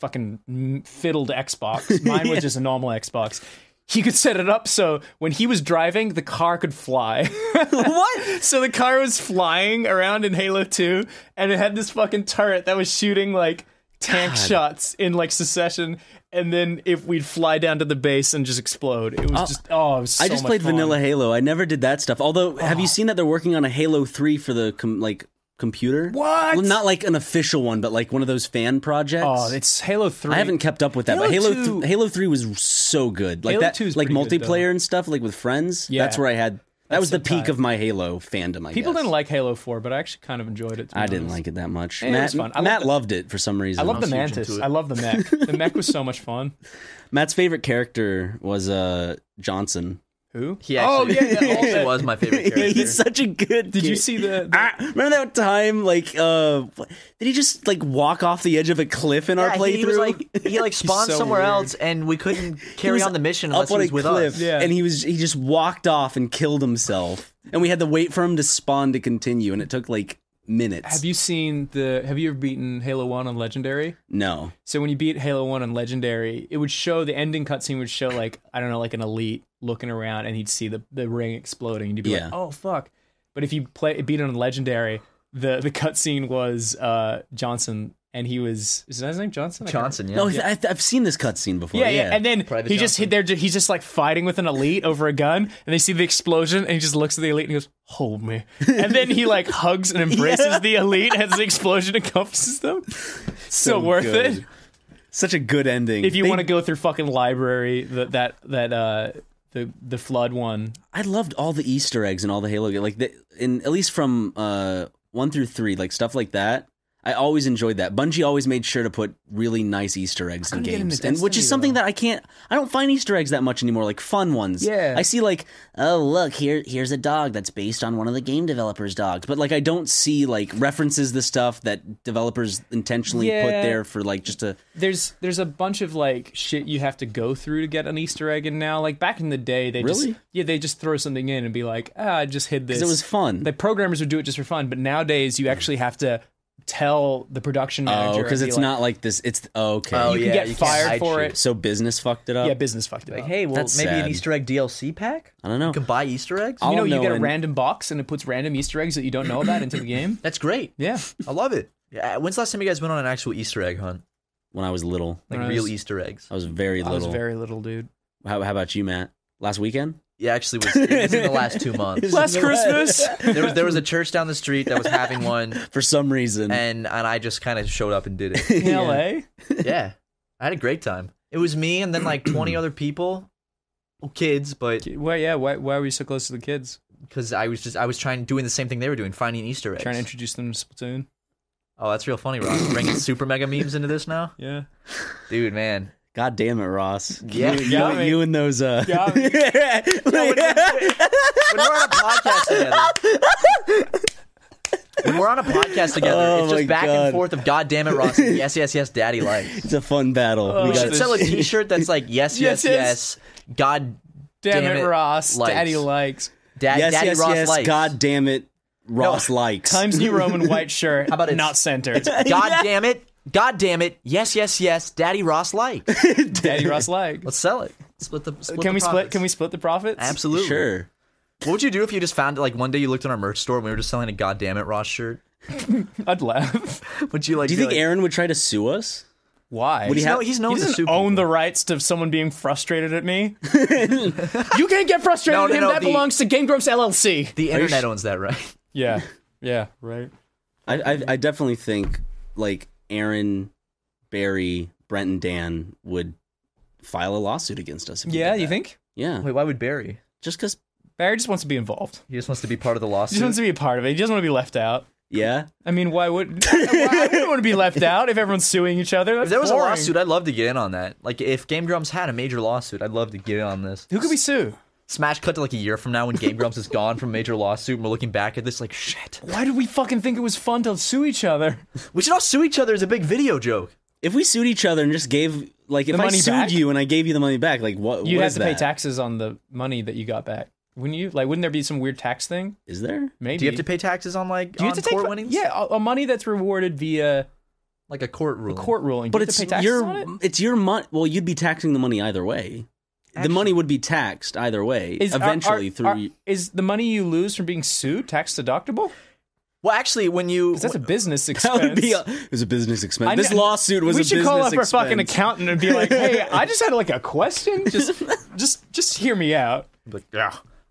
fucking m- fiddled Xbox,
<laughs>
mine was just a normal Xbox. He could set it up so when he was driving, the car could fly. what? <laughs> So the car was flying around in Halo 2, and it had this fucking turret that was shooting like tank shots in like succession. And then if we'd fly down to the base and just explode, it was just oh, it was so
Uh, I just
much
played
fun.
Vanilla Halo. I never did that stuff. Although, have you seen that they're working on a Halo Three for the com- like computer?
What?
Well, not like an official one, but like one of those fan projects.
Oh, it's Halo 3.
I haven't kept up with that,
Halo
but Halo
2
th- Halo Three was so good. Like
Halo
that,
2 's
like
pretty good,
multiplayer and stuff, like with friends.
Yeah.
that's where I had. That was the
the
peak
time.
of my Halo fandom. I
People
guess.
didn't like Halo 4, but I actually kind of enjoyed it. to be
I didn't
honest.
like it that much.
Eh, it
Matt,
was fun. I
Matt
loved it.
loved it for some reason.
I love the
huge
mantis.
into it.
I love the mech. The mech was so much fun.
<laughs> Matt's favorite character was uh, Johnson.
Who?
He actually,
oh yeah, yeah. all
he
that-
was my favorite character.
He's such a good.
Did you
kid.
see the? the-
Ah, remember that time? Like, uh, what- did he just like walk off the edge of a cliff in our
Yeah,
playthrough?
he was like he like spawned
so
somewhere
weird.
else, and we couldn't carry
was
on the mission
up
unless he
on a
was with
cliff,
us.
Yeah.
and he was he just walked off and killed himself, and we had to wait for him to spawn to continue, and it took like minutes.
have you seen the? Have you ever beaten Halo One on Legendary?
no,
So when you beat Halo One on Legendary, it would show the ending cutscene would show like I don't know like an elite looking around, and he'd see the the ring exploding, and you'd be
Yeah.
like, oh fuck. But if you play beat it on Legendary, the the cutscene was uh, Johnson, and he was is that his name Johnson? I can't-
Johnson, yeah.
no, I I, I've seen this cutscene before.
Yeah, yeah, and then
Private
he just
Johnson.
hit there. He's just like fighting with an elite over a gun, and they see the explosion, and he just looks at the elite and he goes, "Hold me," and then
<laughs>
he like hugs and embraces the elite as the explosion <laughs> encompasses them. So, worth
good.
it
such a good ending.
if you
They-
want to go through fucking library that that that uh the the flood one.
I loved all the Easter eggs and all the Halo games. Like, the, in at least from uh, one through three, like stuff like that. I always enjoyed that. Bungie always made sure to put really nice Easter eggs in
couldn't get
games,
into
and which is
Destiny,
something
though.
that I can't. I don't find Easter eggs that much anymore. Like fun ones.
Yeah.
I see like, oh look here, here's a dog that's based on one of the game developers' dogs, but like I don't see like references to stuff that developers intentionally put
Yeah.
there for like just to.
There's there's a bunch of like shit you have to go through to get an Easter egg in now. Like back in the day, they
Really?
just yeah they just throw something in and be like, ah, I just hid this.
'cause It was fun.
the programmers would do it just for fun, but nowadays you actually have to tell the production manager
oh, because
and be
it's
like,
not like this. It's okay.
Oh,
you can
yeah,
get
you can't
fired
hide
for
shit.
it.
So business fucked it up.
Yeah, business fucked it
Like,
up.
hey, well,
That's
maybe
sad.
an Easter egg DLC pack.
I don't know.
You can buy Easter eggs.
I'll-
you know,
all
you get a
knowing-
random box and it puts random Easter eggs that you don't know about into
<laughs>
the game.
That's great.
Yeah,
I love it. Yeah, when's the last time you guys went on an actual Easter egg hunt?
when I was little.
Like
When I
real
was-
Easter eggs.
I was very
I
little.
was very
<laughs>
little, dude.
how, how about you, Matt? Last weekend?
Yeah, actually, it was, it was in the last two months.
Last Christmas,
There was there was a church down the street that was having one,
<laughs> For some reason.
and and I just kind of showed up and did it.
<laughs> in LA.
Yeah, I had a great time. It was me and then like twenty other people, well, kids, but
Well, yeah. Why, why were you so close to the kids?
because I was just I was trying doing the same thing they were doing, finding Easter eggs.
Trying to introduce them to Splatoon.
oh, that's real funny, Ross. Bringing super mega memes into this now,
Yeah.
<laughs> dude, man.
God damn it, Ross.
Yeah.
You, you,
Got me.
you and those. Uh... <laughs>
Got me.
When we're on a podcast together. <laughs> When we're on a podcast together,
Oh
it's
my
just back
God.
and forth of God damn it, Ross. and Yes, yes, yes, Daddy likes.
<laughs> it's a fun battle.
Oh,
we
We
got
should sell a T-shirt that's like yes, yes,
Yes, yes.
yes. God
Damn,
Damn
it,
it,
Ross.
likes.
Daddy likes.
Dad,
yes,
Daddy
yes,
Ross
yes.
likes.
God damn it, Ross likes.
<laughs>
Times New Roman white shirt,
about it's-
not center.
<laughs> God damn it. God damn it. Yes, yes, yes. Daddy Ross likes.
Daddy Ross like.
Let's sell it. Split the split
Can
the
we split?
profits.
Can we split the profits?
Absolutely.
Sure.
What would you do if you just found it like one day you looked in our merch store and we were just selling a goddamn it Ross shirt?
I'd laugh. <laughs>
Would you like
Do you
be
think
like,
Aaron would try to sue us?
Why?
Would
he's,
ha-
no, he's known
he
to
doesn't
sue
own the
people.
rights to someone being frustrated
<laughs>
at me.
You can't get frustrated
No,
at
no,
him.
no,
that
the-
belongs to Game Grumps LLC.
the internet owns that right.
Yeah. Yeah. Right.
I, I, I definitely think like Aaron, Barry, Brent, and Dan would file a lawsuit against us. If we
Yeah.
did
You
that.
think
<laughs>
Yeah,
Wait, why would Barry?
just because.
Barry just wants to be involved.
He just wants to be part of the
He just wants
lawsuit.
to be a part of it. He doesn't want to be left out.
Yeah,
I mean, why <laughs> would I wouldn't want to be
<laughs>
left out if everyone's suing each other? That's
If there was a
boring.
lawsuit, I'd love to get in on that. Like if Game Grumps had a major lawsuit, I'd love to get in on this.
who could we sue?
Smash cut to like a year from now when Game Grumps is gone from a major lawsuit and we're looking back at this like shit.
Why did we fucking think it was fun to sue each other?
We should all sue each other as a big video joke.
if we sued each other and just gave like if
The
I
money
sued
back?
you and I gave you the money back, like what?
You'd
what
have
is
to pay
that?
taxes on the money that you got back, wouldn't you? Like, wouldn't there be some weird tax thing?
Is there?
Maybe.
Do you have to pay taxes on like
Do you
on
have to take
court
fu-
winnings?
Yeah, a, a money that's rewarded via
like a court ruling.
court ruling.
But
Do you
it's
have to pay taxes
your
on it?
it's your money. Well, you'd be taxing the money either way. the money would be taxed either way.
Is- are-
eventually
are-
through.
are- is the money you lose from being sued tax deductible?
Well, actually, when you
'Cause that's a business
<laughs> <laughs> that
expense.
would be a, it was a business expense.
I
this
kn-
lawsuit was
we
a
should
business
call up
expense.
our fucking accountant and be like, "Hey, I just had like a question.
<laughs>
Just, just, just hear me out."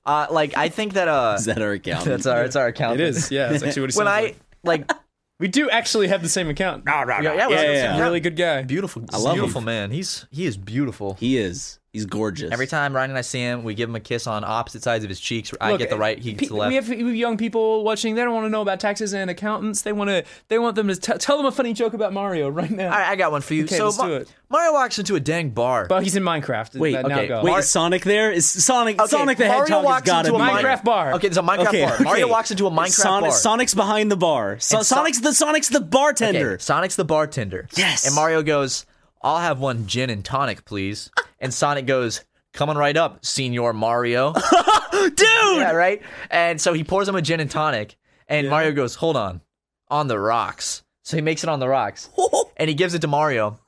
uh, like I think that
<laughs>
uh
Is
<laughs>
that our account?
that's our it's our account.
It is, yeah. That's actually what he
When
sounds
I
like.
like
we do actually have the same account.
yeah, yeah,
yeah,
well,
yeah,
it's a
yeah.
really good guy.
<laughs> Beautiful,
I love
beautiful
him.
man. He's he is beautiful.
He is. He's gorgeous.
Every time Ryan and I see him, we give him a kiss on opposite sides of his cheeks. I
Look,
get the right, he gets
pe-
the left.
We have, we have young people watching. They don't want to know about taxes and accountants. They want to. They want them to t- tell them a funny joke about Mario right now.
All right, I got one for you.
Okay,
so
let's
Ma-
do it.
Mario walks into a dang bar.
But he's in Minecraft.
Wait,
That- now
okay,
go.
Wait,
Mar-
is Sonic there? Is Sonic
Okay,
Sonic the
Mario
Hedgehog
walks
has got to
into
be
a
there.
Minecraft bar.
Okay, there's a Minecraft
Okay,
bar. Mario
okay.
walks into a Minecraft
Sonic,
bar.
Sonic's behind the bar. So-
And Son-
Sonic's the Sonic's the
Okay,
bartender.
Sonic's the bartender.
Yes.
And Mario goes, "I'll have one gin and tonic, please." and Sonic goes, "Coming right up, Senor
<laughs>
Mario."
Dude,
yeah, right? And so he pours him a gin and tonic, and Mario goes, Hold on, on the rocks. So he makes it on the
<laughs>
rocks, and he gives it to Mario.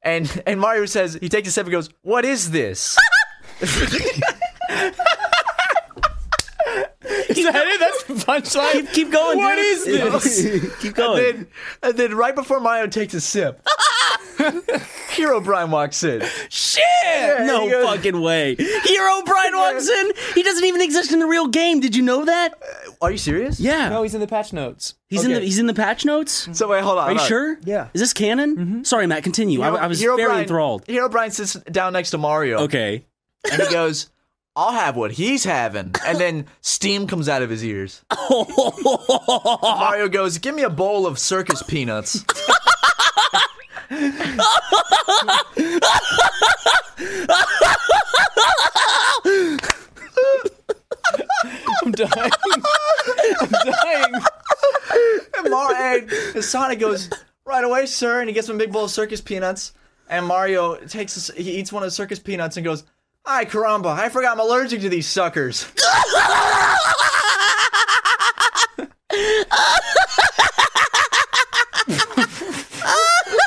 and and Mario says, He takes a sip and goes, What is this?
Is that it? That's the punchline.
keep going.
What
dude.
is
this? <laughs> keep going.
Then,
<laughs>
and then right before Mario takes a sip, <laughs> Hero Brian walks in.
Shit! no
he goes-
fucking way. Hero
<laughs>
Brian walks in. He doesn't even exist in the real game. Did you know that?
Are you serious?
Yeah.
No, oh, he's in the patch notes.
he's in the he's in the patch notes.
So wait, hold on.
Are you
hold on.
sure?
Yeah.
Is this canon? Sorry, Matt. Continue. I, I was
Mm-hmm. Hero
very
Brian-
enthralled.
Hero Brian sits down next to Mario.
Okay.
And
<laughs>
he goes, I'll have what he's having. And then steam comes out of his
<laughs>
ears. Mario goes, Give me a bowl of circus
<laughs>
peanuts.
I'm dying. <laughs> I'm dying.
And Mar- and Sonic goes, Right away, sir. And he gets him a big bowl of circus peanuts. And Mario takes, his- he eats one of the circus peanuts and goes, Ay, caramba, I forgot I'm allergic to these suckers. <laughs>
Ah! <laughs>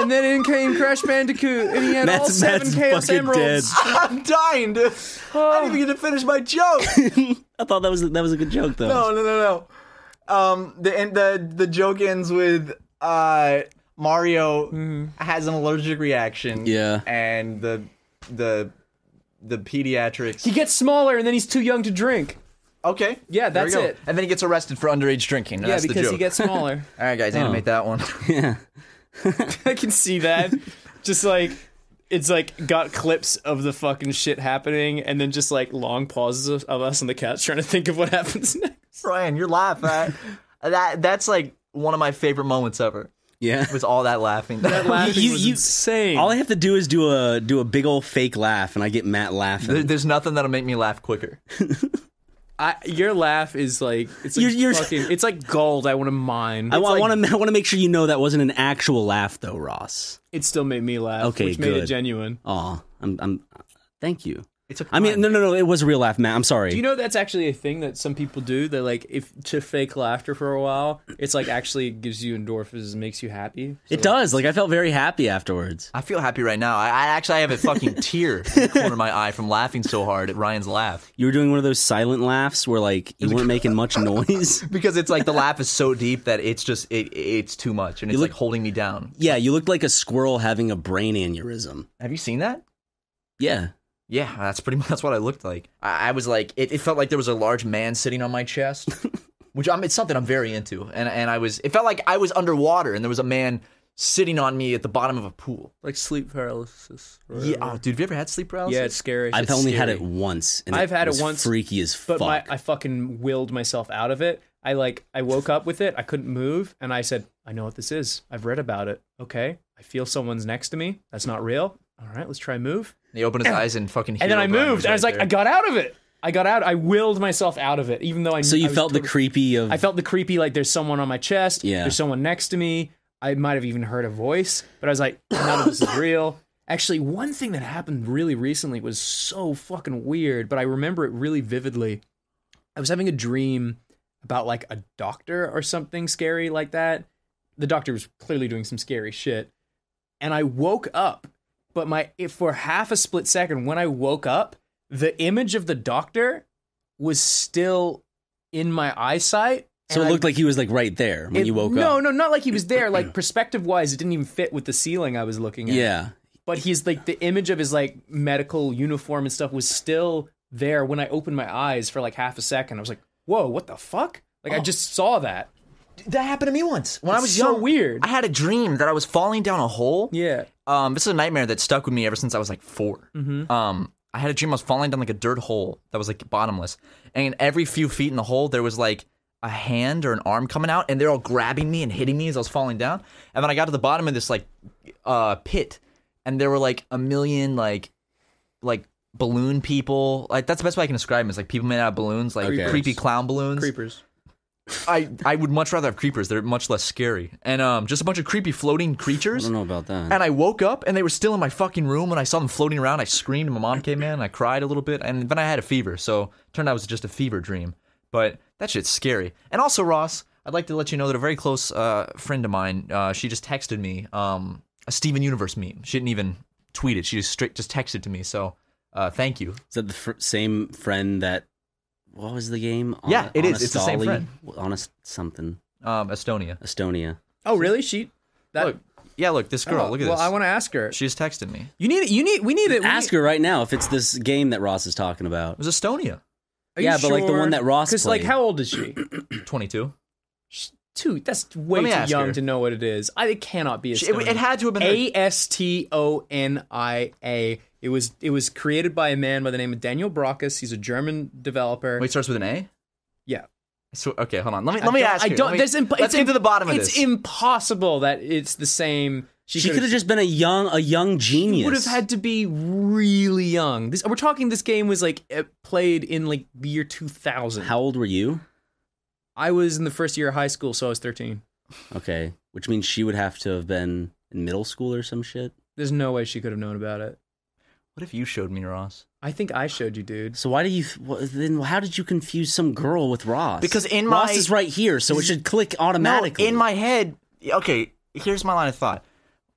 And then in came Crash Bandicoot, and he had all
Matt's,
seven
Matt's
chaos
fucking
emeralds.
dead.
I'm dying, dude. I didn't even get to finish my joke.
I thought that was that was a good
<laughs>
joke though. <laughs>
Oh, No, no, no, no. Um, the and the the joke ends with uh Mario
Mm-hmm.
has an allergic reaction.
Yeah.
and the the the pediatrics.
He gets smaller, and then he's too young to drink.
okay,
Yeah,
there we
that's
go.
it.
And then he gets arrested for underage drinking.
Yeah,
that's the
because
joke.
he
<laughs>
gets Oh. smaller. <laughs>
All right, guys, animate that <laughs> one.
I can see that. Just like it's like got clips of the fucking shit happening, and then just like long pauses of, of us on the couch trying to think of what happens <laughs> next.
Ryan, your laugh.
<laughs>
Right? that that's like one of my favorite moments ever.
Yeah.
Was all that laughing? <laughs> That
Laughing
You-
was
you-
insane.
All I have to do is do a do a big old fake laugh, and I get Matt laughing.
There's nothing that'll make me laugh quicker.
I, your laugh is like it's like
You're- you're-
fucking, it's like gold. I want to mine.
I,
It's like-
want to. <laughs> I want to make sure you know that wasn't an actual laugh, though, Ross.
It still made me laugh,
Okay,
which made
good.
it genuine.
Aw, I'm. I'm. Thank you.
It's a
I mean, no, no, no. It was a real laugh, Matt. I'm sorry.
Do you know that's actually a thing that some people do? They like if to fake laughter for a while. It's like actually gives you endorphins, and makes you happy. So,
it does. Like I felt very happy afterwards.
I feel happy right now. I, I actually have a
<laughs>
fucking tear in the corner of my eye from laughing so hard at Ryan's laugh
You were doing one of those silent laughs where like you weren't making much noise.
because it's like the laugh is so deep that it's just it it's too much and it's like holding me down.
Yeah, you looked like a squirrel having a brain aneurysm.
Have you seen that?
Yeah.
Yeah, that's pretty much <laughs> that's what I looked like. I, I was like, it, it felt like there was a large man sitting on my chest,
<laughs>
which I'm, it's something I'm very into. And and I was, it felt like I was underwater and there was a man sitting on me at the bottom of a pool.
like sleep paralysis. or
Yeah,
whatever.
oh, dude, have you ever had sleep paralysis?
yeah, it's scary.
I've
It's
only had
scary.
it once. And
I've had it
was
once,
Freaky as fuck.
but my I fucking willed myself out of it. I like I woke up with it. I couldn't move, and I said, "I know what this is. I've read about it. Okay, I feel someone's next to me. That's not real. All right, let's try move."
And he opened
<clears throat>
his eyes and fucking.
And then
Hero
I
Brian
moved, and I was
right
like,
there.
"I got out of it. I got out. I willed myself out of it, even though I."
so you
I was
felt the
totally-
creepy of.
I felt the creepy. Like there's someone on my chest.
Yeah.
There's someone next to me. I might have even heard a voice, but I was like, "None of this is real." Actually, one thing that happened really recently was so fucking weird, but I remember it really vividly. I was having a dream about like a doctor or something scary like that. The doctor was clearly doing some scary shit. And I woke up, but my if for half a split second when I woke up, the image of the doctor was still in my eyesight.
so it
and I-
looked like he was like right there when
it-
you woke
no,
up.
No, not like he was there. <clears throat> Like perspective wise, it didn't even fit with the ceiling I was looking at.
Yeah.
But he's like the image of his like medical uniform and stuff was still there when I opened my eyes for like half a second. I was like, whoa, what the fuck? Like I just saw that.
That happened to me once when I
It's
was
so
young.
weird.
I had a dream that I was falling down a hole.
Yeah.
Um, this is a nightmare that stuck with me ever since I was like 4 Um, I had a dream I was falling down like a dirt hole that was like bottomless, and every few feet in the hole there was like a hand or an arm coming out, and they're all grabbing me and hitting me as I was falling down. And then I got to the bottom of this like uh pit, and there were like a million like like balloon people. Like that's the best way I can describe them is like people made out of balloons, like
Okay.
creepy clown balloons.
Creepers.
I, I would much rather have creepers. They're much less scary. And um, just a bunch of creepy floating
I
creatures.
don't know about that.
And I woke up and they were still in my fucking room. And I saw them floating around. I screamed. My mom came in. and I cried a little bit. And then I had a fever. So turned out it was just a fever dream. But that shit's scary. And also, Ross, I'd like to let you know that a very close uh, friend of mine, uh, she just texted me um, a Steven Universe meme. She didn't even tweet it. She just straight just texted to me. So uh, thank you.
Is that the fr- same friend that? What was the game?
Yeah, it
it is.
is. It's the same friend.
Honest something.
Um, Estonia.
Estonia.
Oh really? She that
Look. Yeah, look, this girl.
Oh,
look at
well,
this.
I want to ask her.
she just texted me.
You need you need we need it. we
Ask
need-
her right now if it's this game that Ross is talking about.
It was Estonia.
Are you
Yeah, but, like, the
sure?
one that Ross
like
played.
how old is <clears throat> she?
22.
Two. That's way
Let me
too
ask
young
her.
to know what it is. I it cannot be.
It,
Estonia.
it had to have been her-
A S T O N I A. It was it was created by a man by the name of Daniel Brockus. He's a German developer.
Wait, it starts with an A?
Yeah.
So, okay, hold on. Let me
I
let me
don't-
ask
I
you.
don't.
Let me-
there's imp-
let's
it's
get to the bottom of
it's
this.
impossible that it's the same.
She could have just been a young, a young genius.
would have had to be really young. This we're talking. This game was like uh, played in like the year 2000.
How old were you?
I was in the first year of high school, so I was 13.
Okay, which means she would have to have been in middle school or some shit.
There's no way she could have known about it.
what if you showed me Ross?
I think I showed you, dude.
So why do you? wha- Then how did you confuse some girl with Ross?
Because in
Ross
my-
is right here, so it should click automatically.
No, in my head, okay, here's my line of thought.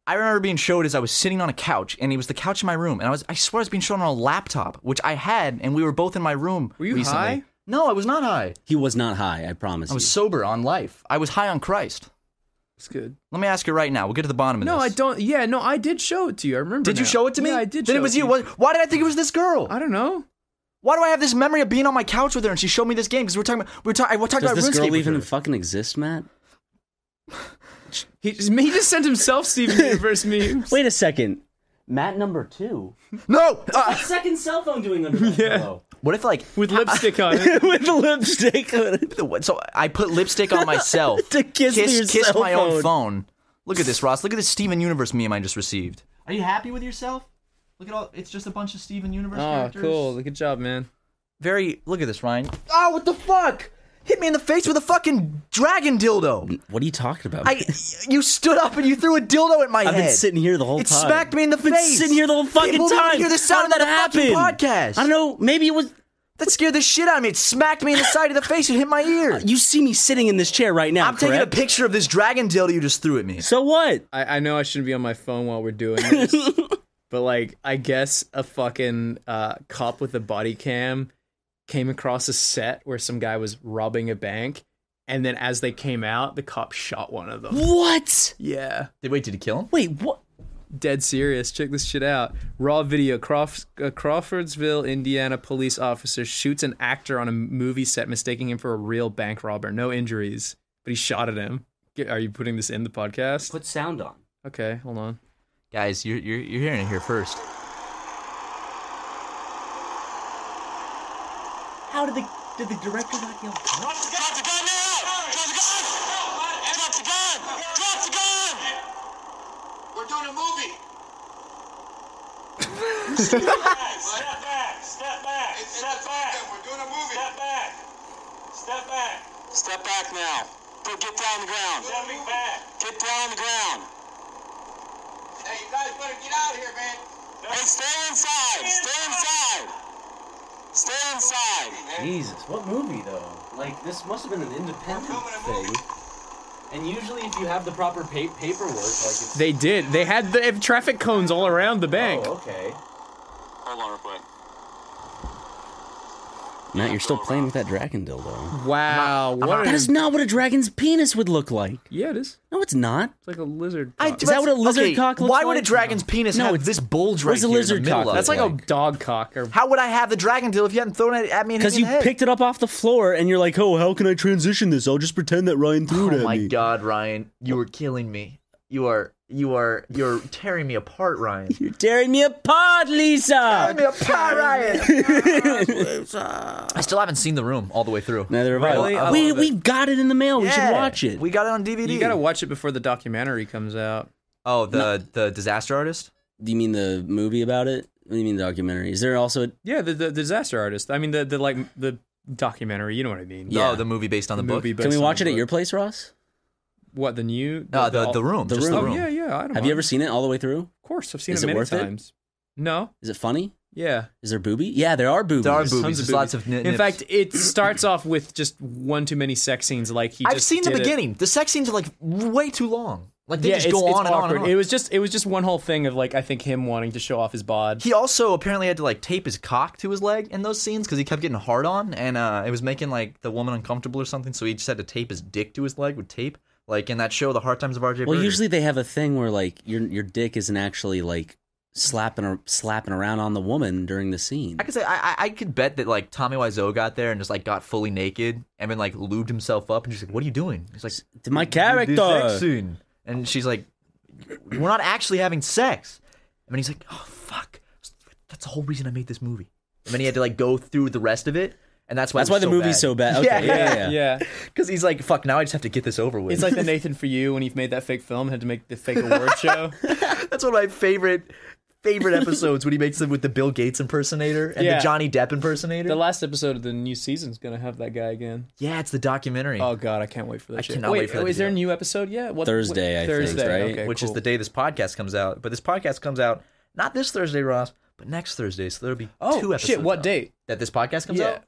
I remember being showed as I was sitting on a couch, and it was the couch in my room, and I was I swear I was being shown on a laptop, which I had, and we were both in my room.
Were you
recently.
high?
No, I was not high.
he was not high. I promise.
I was
you.
sober on life. I was high on Christ.
It's good.
Let me ask you right now. We'll get to the bottom of
No,
this.
I don't. Yeah, no, I did show it to you. I remember.
Did you
now.
show it to me?
Yeah, I did.
Then
show
it was
to
you. Why why did I think it was this girl?
I don't know.
Why do I have this memory of being on my couch with her and she showed me this game? Because we're talking about we were talking. I talked
Does
about
this
RuneScape
girl
with
even
her.
fucking exist, Matt?
He just, he just sent himself Steven Universe memes.
Wait a second. Matt number two.
No. Uh,
Second cell phone doing <laughs> under that pillow.
<laughs> what if like
With lipstick
<laughs>
on it.
With the lipstick on it.
the- what- so I put lipstick on <laughs> myself
To kiss your
kiss
cell
my own
phone.
phone. Look at this, Ross. Look at this Steven Universe meme I just received. Are you happy with yourself? Look at all. It's just a bunch of Steven Universe
Oh, cool. Good job, man.
Ah, very. Look at this, Ryan. Oh, what the fuck! Hit me in the face with a fucking dragon dildo.
What are you talking about?
I, you stood up and you threw a dildo at my
I've
head.
been sitting here the whole
it
time.
smacked me in the
I've been
face.
sitting here the whole fucking
People didn't
time.
hear the sound
How
of
did
that fucking
happen?
podcast.
I don't know. Maybe it was.
That scared the shit out of me. It smacked me in the side of the face and hit my ear.
You see me sitting in this chair right now.
I'm taking a
correct?
picture of this dragon dildo you just threw at me.
So what?
I, I know I shouldn't be on my phone while we're doing this, but like, I guess a fucking uh, cop with a body cam came across a set where some guy was robbing a bank, and then as they came out, the cop shot one of them.
What?
Yeah,
Did wait? Did it kill him?
Wait, what?
dead serious. Check this shit out. Raw video. Crawf- uh, Crawfordsville, Indiana police officer shoots an actor on a movie set, mistaking him for a real bank robber. No injuries, but he shot at him. Get- Are you putting this in the podcast?
Put sound on.
Okay, hold on.
Guys, you're you're, you're hearing it here first.
How did the did the director not yell?
Drop the gun! Drop the gun now! Drop the gun! Drop the gun! Drop the gun! We're doing a movie. step back! Step back! Step back! We're doing a movie. Step back! Step back! Step back now. Go get down on the ground. Stepping back. Get down on the ground. Hey, you guys better get out of here, man. Hey, stay inside. Stay inside. Stay inside.
Jesus, what movie though? Like this must have been an independent thing. And usually, if you have the proper pa- paperwork, like it's
They did. They had the traffic cones all around the bank.
okay.
Hold on real quick.
Matt, you're still playing with that dragon dildo.
Wow. what
That is not what a dragon's penis would look like.
yeah, it is.
No, it's not.
It's like a lizard.
I,
cock.
that what a lizard
okay,
cock looks
Why would a
like?
dragon's penis
No,
have
it's-
this bulge right
Where's
here
the
in
lizard
middle
cock?
of
That's
it?
like, a dog cock or
How would I have the dragon dildo if you hadn't thrown it at me? and hit
Because
me in
you
the head?
picked it up off the floor, and you're like, "Oh, how can I transition this? I'll just pretend that Ryan threw it
Oh
at
my
me."
god, Ryan, you are killing me. You are you are you're tearing me apart, <laughs> Ryan.
You're tearing me apart, Lisa.
me apart, Ryan. <laughs> I still haven't seen the room all the way through.
Neither have
Really?
I.
I
We
love
we got it in the mail. We
Yeah,
should watch it.
We got it on DVD.
You gotta watch it before the documentary comes out.
oh, the the disaster artist.
Do you mean the movie about it? What do you mean the documentary? Is there also a,
Yeah, the, the disaster artist. I mean, the, the like the documentary. You know what I mean?
Yeah.
Oh, the movie based on the,
The
book.
movie.
Can we
based on
watch
the
it at
book.
your place, Ross?
what the new?
No, Uh, the the room.
The
just
room.
the
Oh
room.
yeah, yeah. I don't.
Have you ever seen it all the way through?
Of course, I've seen
Is
it
it
many
worth it?
times. No.
Is it funny?
Yeah.
Is there booby? Yeah, there are boobies.
There are
There's
boobies.
tons
There's
of
lots
boobies.
of nip-
In
nips.
fact, it starts off with just one too many sex scenes. Like he.
I've
just
seen the
did it.
beginning. The sex scenes are like way too long. Like they
yeah,
just
it's,
go
it's
on and, on
awkward.
and on.
It was just it was just one whole thing of like I think him wanting to show off his bod.
he also apparently had to like tape his cock to his leg in those scenes because he kept getting hard on and uh, it was making like the woman uncomfortable or something. So he just had to tape his dick to his leg with tape, like in that show, The Hard Times of RJ.
Well,
Berger.
usually they have a thing where like your your dick isn't actually like slapping or slapping around on the woman during the scene.
I could say I, I I could bet that like Tommy Wiseau got there and just like got fully naked and then like lubed himself up and she's like, "What are you doing?" He's like,
To my
"This sex
character.
scene," and she's like, "We're not actually having sex." And then he's like, "Oh fuck, that's the whole reason I made this movie." And then he had to like go through the rest of it, and that's why
That's why the movie's so bad. Okay, yeah, yeah, yeah.
Yeah.
<laughs> Because he's like, "Fuck, now I just have to get this over with."
It's like the Nathan for you when he made that fake film, had to make the fake
<laughs>
award show.
<laughs> That's one of my favorite favorite episodes when he makes them with the Bill Gates impersonator and
Yeah.
the Johnny Depp impersonator.
The last episode of the new season's gonna have that guy again.
yeah, it's the documentary,
Oh god, I can't wait for that.
I
shit.
cannot wait for that to
Is
be
there a
out.
new episode yet? What,
Thursday, I
what,
think,
Thursday,
right?
Okay,
which is
cool.
the day this podcast comes out. But this podcast comes out not this Thursday, Ross, but next Thursday. So there'll be
Oh
two episodes.
shit! What
out.
date?
that this podcast comes
Yeah.
out?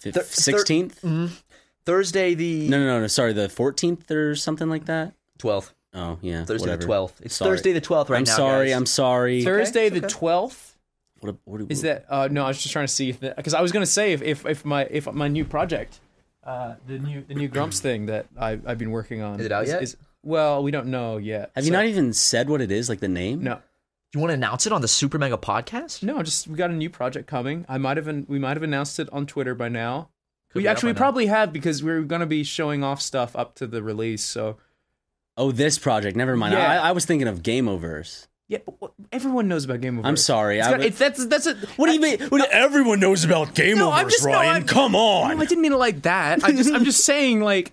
Fif-
Thir- Mm. thir-
16th?
Thursday the
no, no, no, no. Sorry, the 14th or something like that.
twelfth.
Oh, yeah.
Thursday
whatever.
the twelfth. It's
Sorry.
Thursday the twelfth right
I'm
now.
sorry.
guys.
I'm sorry.
Thursday
it's
the
okay.
twelfth.
What, what, what,
Is that? Uh, no, I was just trying to see because I was gonna say if, if, if my if my new project, uh, the new the new Grumps thing that I I've been working on
Is it out
is,
yet?
is- well, we don't know yet.
Have you
So-
not even said what it is, like the name?
No,
You want to announce it on the Super Mega Podcast?
no. Just we got a new project coming. I might have an, we might have announced it on Twitter by now.
be
we
out by
actually we
now.
probably have because we're gonna be showing off stuff up to the release. So
Oh, this project. Never mind.
Yeah.
I, I was thinking of Game Overs.
yeah, but what- everyone knows about Game of.
I'm sorry. I
It's got-
was-
it's- that's that's a,
what do you mean? What do- everyone knows about Game
No, I'm
Overs,
just- no,
Ryan.
I'm-
Come on. <laughs>
No, I didn't mean it like that. I just I'm just saying like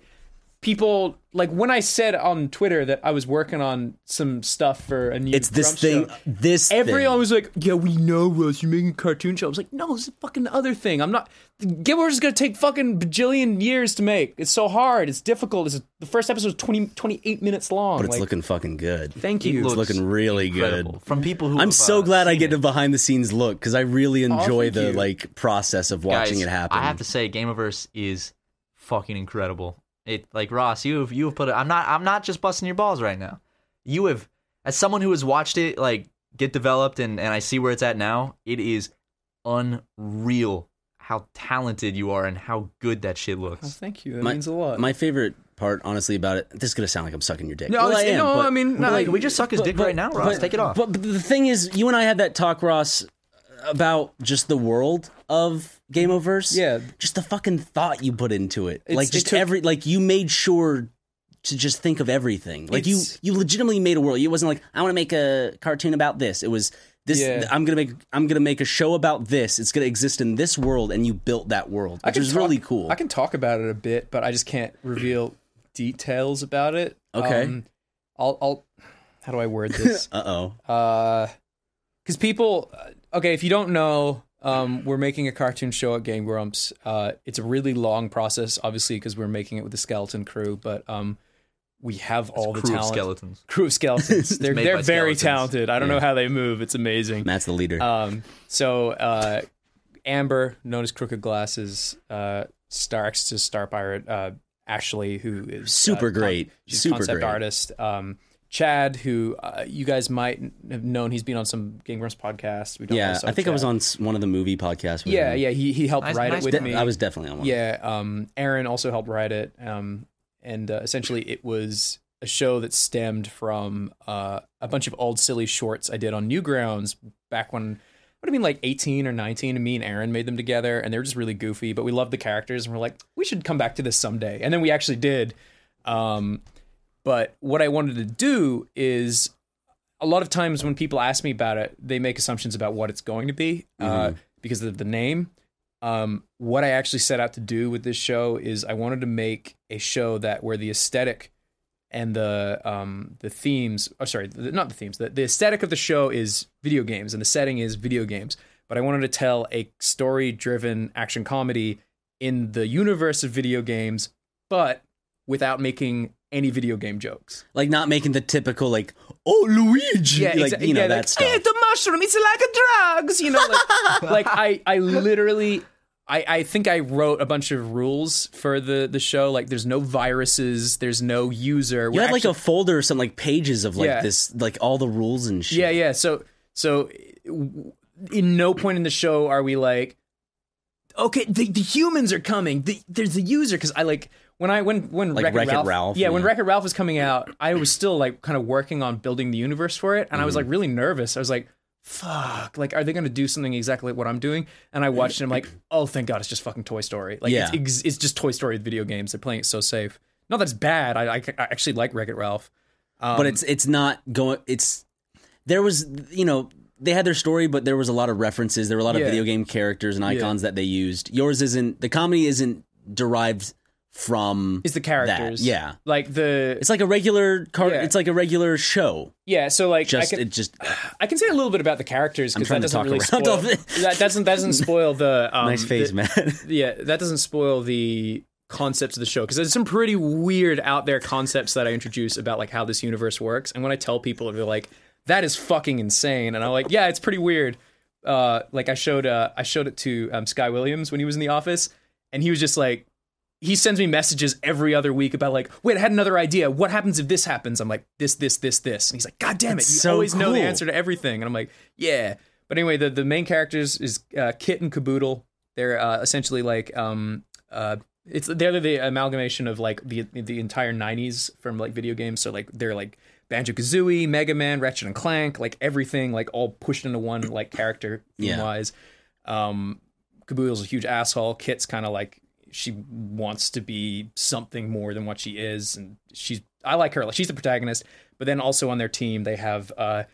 people like when I said on Twitter that I was working on some stuff for a new
It's this
Trump
thing.
show,
This
Everyone
thing.
was like, "Yeah, we know, Russ. You're making a cartoon show." I was like, "No, it's a fucking other thing. I'm not. Gilmore's is gonna take fucking bajillion years to make. It's so hard. It's difficult. It's the first episode was 20, 28 minutes long.
but it's
like,
looking fucking good.
thank you.
It's looking really
incredible.
good.
from people who.
I'm
have,
so
uh,
glad I
seen
get
it.
a behind the scenes look because I really enjoy
thank
the
you.
like process of watching
Guys,
it happen.
I have to say, Gameverse is fucking incredible. It like Ross, you have you have put. It, I'm not. I'm not just busting your balls right now. You have, as someone who has watched it like get developed and and I see where it's at now. It is unreal how talented you are and how good that shit looks.
thank you. That
My-
means a lot.
My favorite part, honestly, about it. This is gonna sound like I'm sucking your dick.
no,
well, I
it's-
am,
no,
but-
I mean, no,
Like,
like,
can we just suck his dick right now, Ross?
but-
Take it off.
But, but the thing is, you and I had that talk, Ross, about just the world of Gameoverse.
Yeah.
Just the fucking thought you put into it. like
it
just
took-
every like you made sure to just think of everything. Like you
It's-
you legitimately made a world. It wasn't like I want to make a cartoon about this. It was this
Yeah.
I'm going to make I'm going to make a show about this. It's going to exist in this world and you built that world,
I
which
can
is
talk-
really cool.
I can talk about it a bit, but I just can't reveal details about it.
Okay.
Um, I'll, I'll. How do I word this?
Uh-oh.
because people uh, okay if you don't know um, we're making a cartoon show at game grumps uh, it's a really long process obviously because we're making it with the skeleton crew but um, we have all the
Crew of
talent
skeletons.
crew of skeletons they're,
made
they're
by
very
skeletons.
talented i don't know how they move it's amazing
Matt's the leader.
um, so uh, Amber, known as Crooked Glasses, uh, Star Exorcist, Star Pirate, uh, Ashley, who is
Super
uh,
great.
she's a
Super
concept
great.
artist. Um, Chad, who uh, you guys might n- have known, he's been on some Game Grumps podcast. We don't
yeah,
also
I think I was
Chad.
on s- one of the movie podcasts. with
Yeah,
him.
yeah, he he helped
Nice-
write
nice
it with
De-
me.
I was definitely on one.
Yeah, um, Aaron also helped write it, um, and uh, essentially it was a show that stemmed from uh, a bunch of old silly shorts I did on Newgrounds back when what I mean like eighteen or nineteen, and me and Aaron made them together, and they were just really goofy, but we loved the characters, and we're like, we should come back to this someday, and then we actually did. Um, but what I wanted to do is a lot of times when people ask me about it, they make assumptions about what it's going to be uh, because of the name. Um, what I actually set out to do with this show is I wanted to make a show that where the aesthetic and the um, the themes, oh, sorry, the, not the themes, the, the aesthetic of the show is video games and the setting is video games. But I wanted to tell a story driven action comedy in the universe of video games, but without making any video game jokes.
like not making the typical like oh Luigi,
yeah,
like
exa-
you know
yeah,
that
like,
stuff.
"Hey, the mushroom, it's like a drugs, you know.
<laughs>
Like, like I, I literally, I, I think I wrote a bunch of rules for the the show. Like, there's no viruses, there's no user.
you
We're
had like
actually-
a folder or some like pages of like
Yeah.
this, like all the rules and shit.
yeah, yeah. So, so w- in no point in the show are we like, okay, the, the humans are coming. The, there's the user because I like when I when when
Like
Wreck-It
Wreck-It Ralph,
yeah, when
yeah.
Wreck-It Ralph was coming out, I was still like kind of working on building the universe for it, and I was
Mm-hmm.
like really nervous. I was like. Fuck! Like, are they going to do something exactly like what I'm doing? And I watched
<clears throat>
it. and I'm like, oh, thank God, it's just fucking Toy Story. Like,
Yeah.
it's, ex- it's just Toy Story with video games. They're playing it so safe. Not that it's bad. I, I, I actually like Wreck It Ralph. Um,
but it's it's not going. It's there was you know they had their story, but there was a lot of references. There were a lot of
Yeah.
video game characters and icons that they used. Yours isn't the comedy isn't derived from
it's the characters.
yeah.
like the
it's like a regular car.
Yeah.
It's like a regular show.
Yeah, so like
Just
I can
it just
I can say a little bit about the characters because
trying
that
to
doesn't
talk
really
around
spoil
all this.
that doesn't that doesn't spoil the
<laughs>
um,
nice face,
<laughs> the-
man.
Yeah, that doesn't spoil the concepts of the show because there's some pretty weird out there concepts that I introduce about like how this universe works, and when I tell people, they're like, "That is fucking insane," and I'm like, "Yeah, it's pretty weird." Uh, like I showed uh, I showed it to um, Sky Williams when he was in the office, and he was just like, he sends me messages every other week about like, wait, I had another idea. What happens if this happens? I'm like, this, this, this, this. And he's like, God damn it,
That's
you
so
always know the
cool.
answer to everything. And I'm like, yeah. But anyway, the the main characters is uh, Kit and Caboodle. They're uh, essentially like um uh it's they're the amalgamation of like the the entire '90s from like video games. So like they're like Banjo Kazooie, Mega Man, Ratchet and Clank, like everything, like all pushed into one like character
Yeah.
wise. Um, Caboodle's a huge asshole. Kit's kind of like she wants to be something more than what she is, and she's I like her. Like she's the protagonist. But then also on their team, they have uh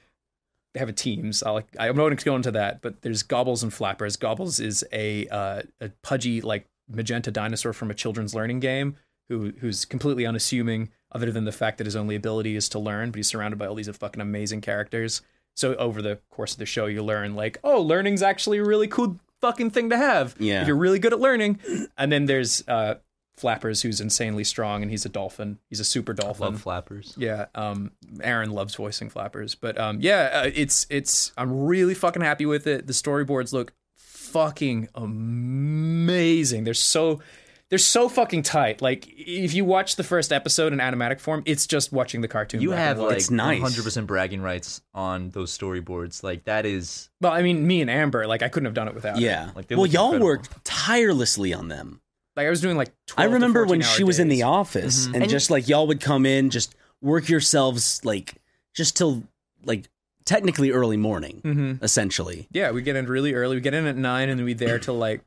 they have a teams. I like I'm not going to go into that, but there's Gobbles and Flappers. Gobbles is a uh, a pudgy like magenta dinosaur from a children's learning game. who who's completely unassuming, other than the fact that his only ability is to learn. But he's surrounded by all these fucking amazing characters. So over the course of the show, you learn like, oh, learning's actually a really cool fucking thing to have.
Yeah.
if you're really good at learning. And then there's uh, Flappers, who's insanely strong, and he's a dolphin. He's a super dolphin.
Mm-hmm.
Love flappers.
Yeah, um, Aaron loves voicing flappers, but um, yeah, uh, it's it's I'm really fucking happy with it. The storyboards look fucking amazing. They're so they're so fucking tight. Like if you watch the first episode in animatic form, it's just watching the cartoon.
You
back and
have
forth.
like
It's nice.
100% bragging rights on those storyboards. Like that is
well, I mean, me and Amber, like I couldn't have done it without. her.
Yeah.
Like, they
well,
look
y'all
incredible.
worked tirelessly on them.
like I was doing like. 12
I
to
remember when
14 hour
she was in the
days. Mm-hmm.
office and, just like y'all would come in, just work yourselves like just till like technically early morning,
Mm-hmm.
essentially.
Yeah, we get in really early. We get in at nine, and then we there till like.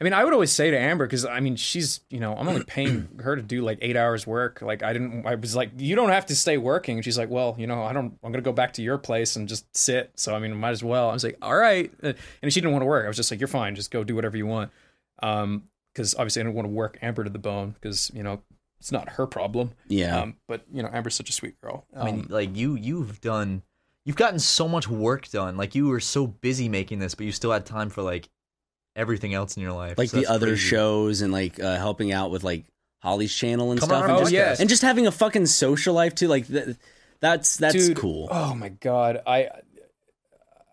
I mean, I would always say to Amber because I mean, she's you know, I'm only paying <clears throat> her to do like eight hours work. Like I didn't. I was like, you don't have to stay working. And she's like, well, you know, I don't. I'm gonna go back to your place and just sit. So I mean, might as well. I was like, all right. Uh, And she didn't want to work. I was just like, you're fine. Just go do whatever you want. Um, because obviously I don't want to work Amber to the bone because you know it's not her problem.
Yeah.
Um, but you know, Amber's such a sweet girl. Um,
I
Um,
mean, like you you've done you've gotten so much work done. Like you were so busy making this, but you still had time for like everything else in your life.
like
So
the
that's
other
crazy.
shows and like uh, helping out with like Holly's channel and
Come on
stuff.
our
and,
Oh,
just,
yes.
and just having a fucking social life too. Like th- that's that's
Dude,
cool.
Oh my god, I.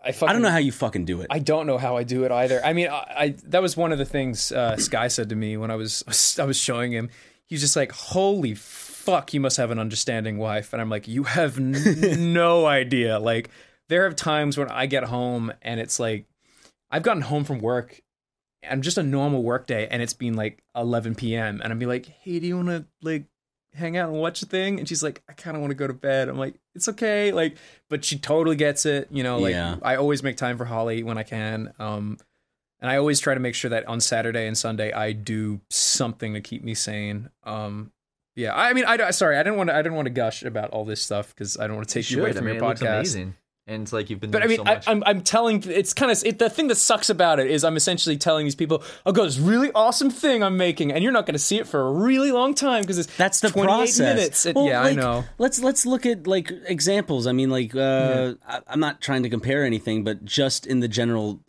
I, fucking,
I don't know how you fucking do it.
I don't know how I do it either. I mean, I, I that was one of the things uh, Sky said to me when I was <laughs> I was showing him. He was just like, "Holy fuck, you must have an understanding wife," and I'm like, "You have n- no idea." Like, there are times when I get home and it's like, I've gotten home from work. I'm just a normal work day, and it's been like 11 p.m. and I'm be like, "Hey, do you want to like hang out and watch a thing?" And she's like, "I kind of want to go to bed." I'm like, "It's okay," like, but she totally gets it. You know, like
Yeah.
I always make time for Holly when I can. Um, and I always try to make sure that on Saturday and Sunday I do something to keep me sane. Um, yeah, I mean, I don't- sorry, I didn't want to, I didn't want to gush about all this stuff because I don't want to
You
take you, away
should.
from
I mean,
your
it looks
podcast.
amazing. And it's like you've been
But I
doing
mean,
so
I,
much.
I'm, I'm telling, it's kind of, it, the thing that sucks about it is I'm essentially telling these people, oh, go, this really awesome thing I'm making, and you're not going to see it for a really long time because it's
that's the
28
process.
minutes. And-
Well,
yeah,
like,
I know.
Let's let's look at like examples. I mean, like uh, I, I'm not trying to compare anything, but just in the general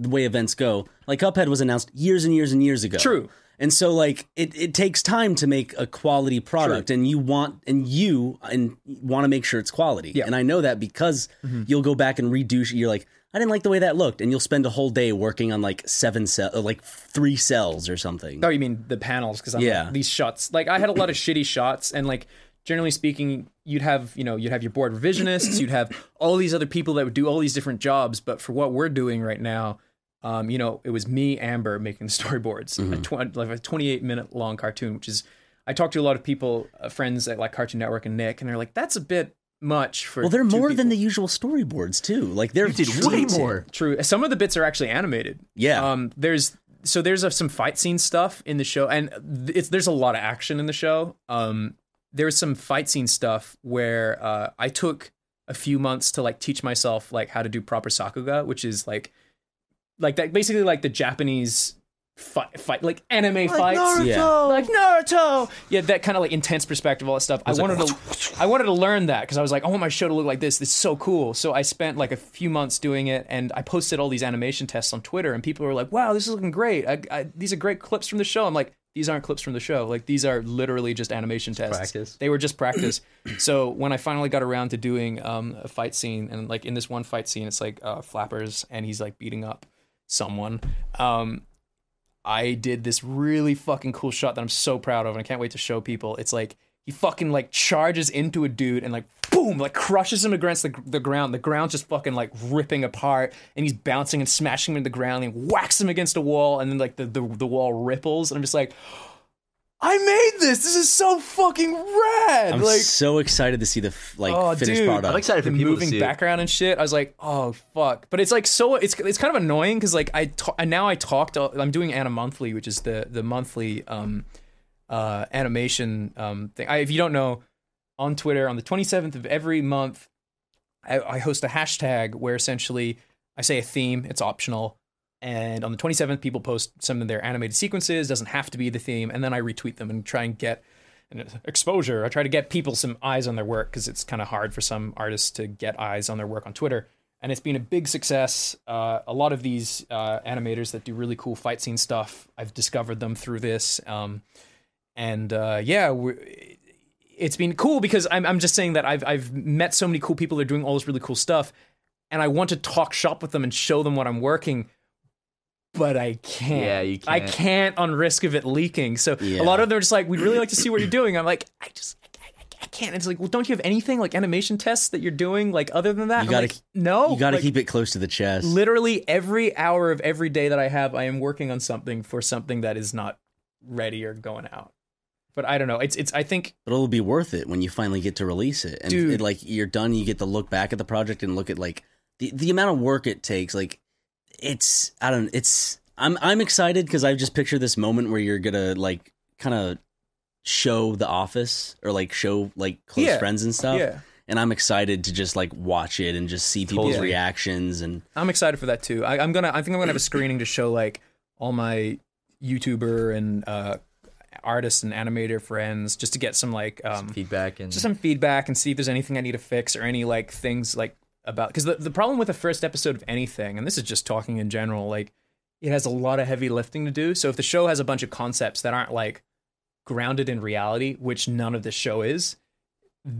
the way events go, like Cuphead was announced years and years and years ago.
True.
And so, like, it, it takes time to make a quality product, and you want and you and want to make sure it's quality.
Yeah. Mm-hmm.
And I know that because you'll go back and redo. sh- You're like, I didn't like the way that looked, and you'll spend a whole day working on like seven cell, uh, like three cells or something.
Oh, you mean the panels? Because
Yeah.
yeah, these shots. Like I had a lot of shitty shots, and like generally speaking, you'd have you know you'd have your board revisionists, you'd have all these other people that would do all these different jobs. But for what we're doing right now, um, you know, it was me, Amber, making <laughs> the storyboards,
Mm-hmm.
a tw- like a 28 minute long cartoon, which is. I talked to a lot of people, uh, friends at like Cartoon Network and Nick, and they're like, "That's a bit much for."
Well, they're
two
more than
people."
the usual storyboards too. Like they're
you did
true
way
to-
more.
True. Some of the bits are actually animated.
Yeah.
Um. There's so there's uh some fight scene stuff in the show, and th- it's there's a lot of action in the show. Um. There's some fight scene stuff where uh, I took a few months to like teach myself like how to do proper sakuga, which is like like that basically like the Japanese fight fight like anime fights like Naruto. Yeah, that kind of like intense perspective, all that stuff. I wanted to, I wanted to learn that because I was like, I want my show to look like this. It's so cool. So I spent like a few months doing it, and I posted all these animation tests on Twitter, and people were like, "Wow, this is looking great. I, I, these are great clips from the show." I'm like, these aren't clips from the show. Like these are literally just animation tests.
practice.
They were just practice. <clears throat> so when I finally got around to doing um, a fight scene, and like in this one fight scene, it's like uh, Flappers, and he's like beating up someone. Um, I did this really fucking cool shot that I'm so proud of and I can't wait to show people. It's like he fucking like charges into a dude and like boom, like crushes him against the, the ground. The ground's just fucking like ripping apart and he's bouncing and smashing him into the ground and whacks him against a wall and then like the, the, the wall ripples and I'm just like, I made this. This is so fucking rad.
I'm
like
so excited to see the f- like
Oh,
finished
dude.
product.
I'm excited for
the
people
moving
to see it.
background and shit. I was like, oh fuck. But it's like so it's it's kind of annoying because like I ta- and now I talked. I'm doing Anna Monthly, which is the the monthly um uh animation um thing. I, if you don't know, on Twitter on the 27th of every month, I, I host a hashtag where essentially I say a theme. It's optional. And on the 27th, people post some of their animated sequences. Doesn't have to be the theme. And then I retweet them and try and get an exposure. I try to get people some eyes on their work because it's kind of hard for some artists to get eyes on their work on Twitter. And it's been a big success. Uh, a lot of these uh, animators that do really cool fight scene stuff, I've discovered them through this. Um, and uh, yeah, we it's been cool because I'm, I'm just saying that I've, I've met so many cool people. They're doing all this really cool stuff. And I want to talk shop with them and show them what I'm working. But I can't.
Yeah, you
I
can't.
can't on risk of it leaking. So
Yeah.
a lot of them are just like, we'd really like to see what you're doing. I'm like, I just, I, I, I can't. It's like, well, don't you have anything like animation tests that you're doing like other than that?
You
I'm
gotta
like,
keep-
no.
You got to
oh, Like,
keep it close to the chest.
literally every hour of every day that I have, I am working on something for something that is not ready or going out. But I don't know. It's it's. I think
but it'll be worth it when you finally get to release it. And
Dude.
it, like you're done, you get to look back at the project and look at like the, the amount of work it takes. Like it's I don't it's I'm I'm excited because I just picture this moment where you're gonna like kind of show the office or like show like close
Yeah.
friends and stuff.
Yeah.
And I'm excited to just like watch it and just see people's
Totally.
reactions and
I'm excited for that too. I, I'm gonna. I think I'm gonna have a screening to show like all my YouTuber and uh, artist and animator friends just to get some like um,
feedback and
just some feedback and see if there's anything I need to fix or any like things like about because the, the problem with the first episode of anything, and this is just talking in general, like it has a lot of heavy lifting to do. So if the show has a bunch of concepts that aren't like grounded in reality, which none of this show is,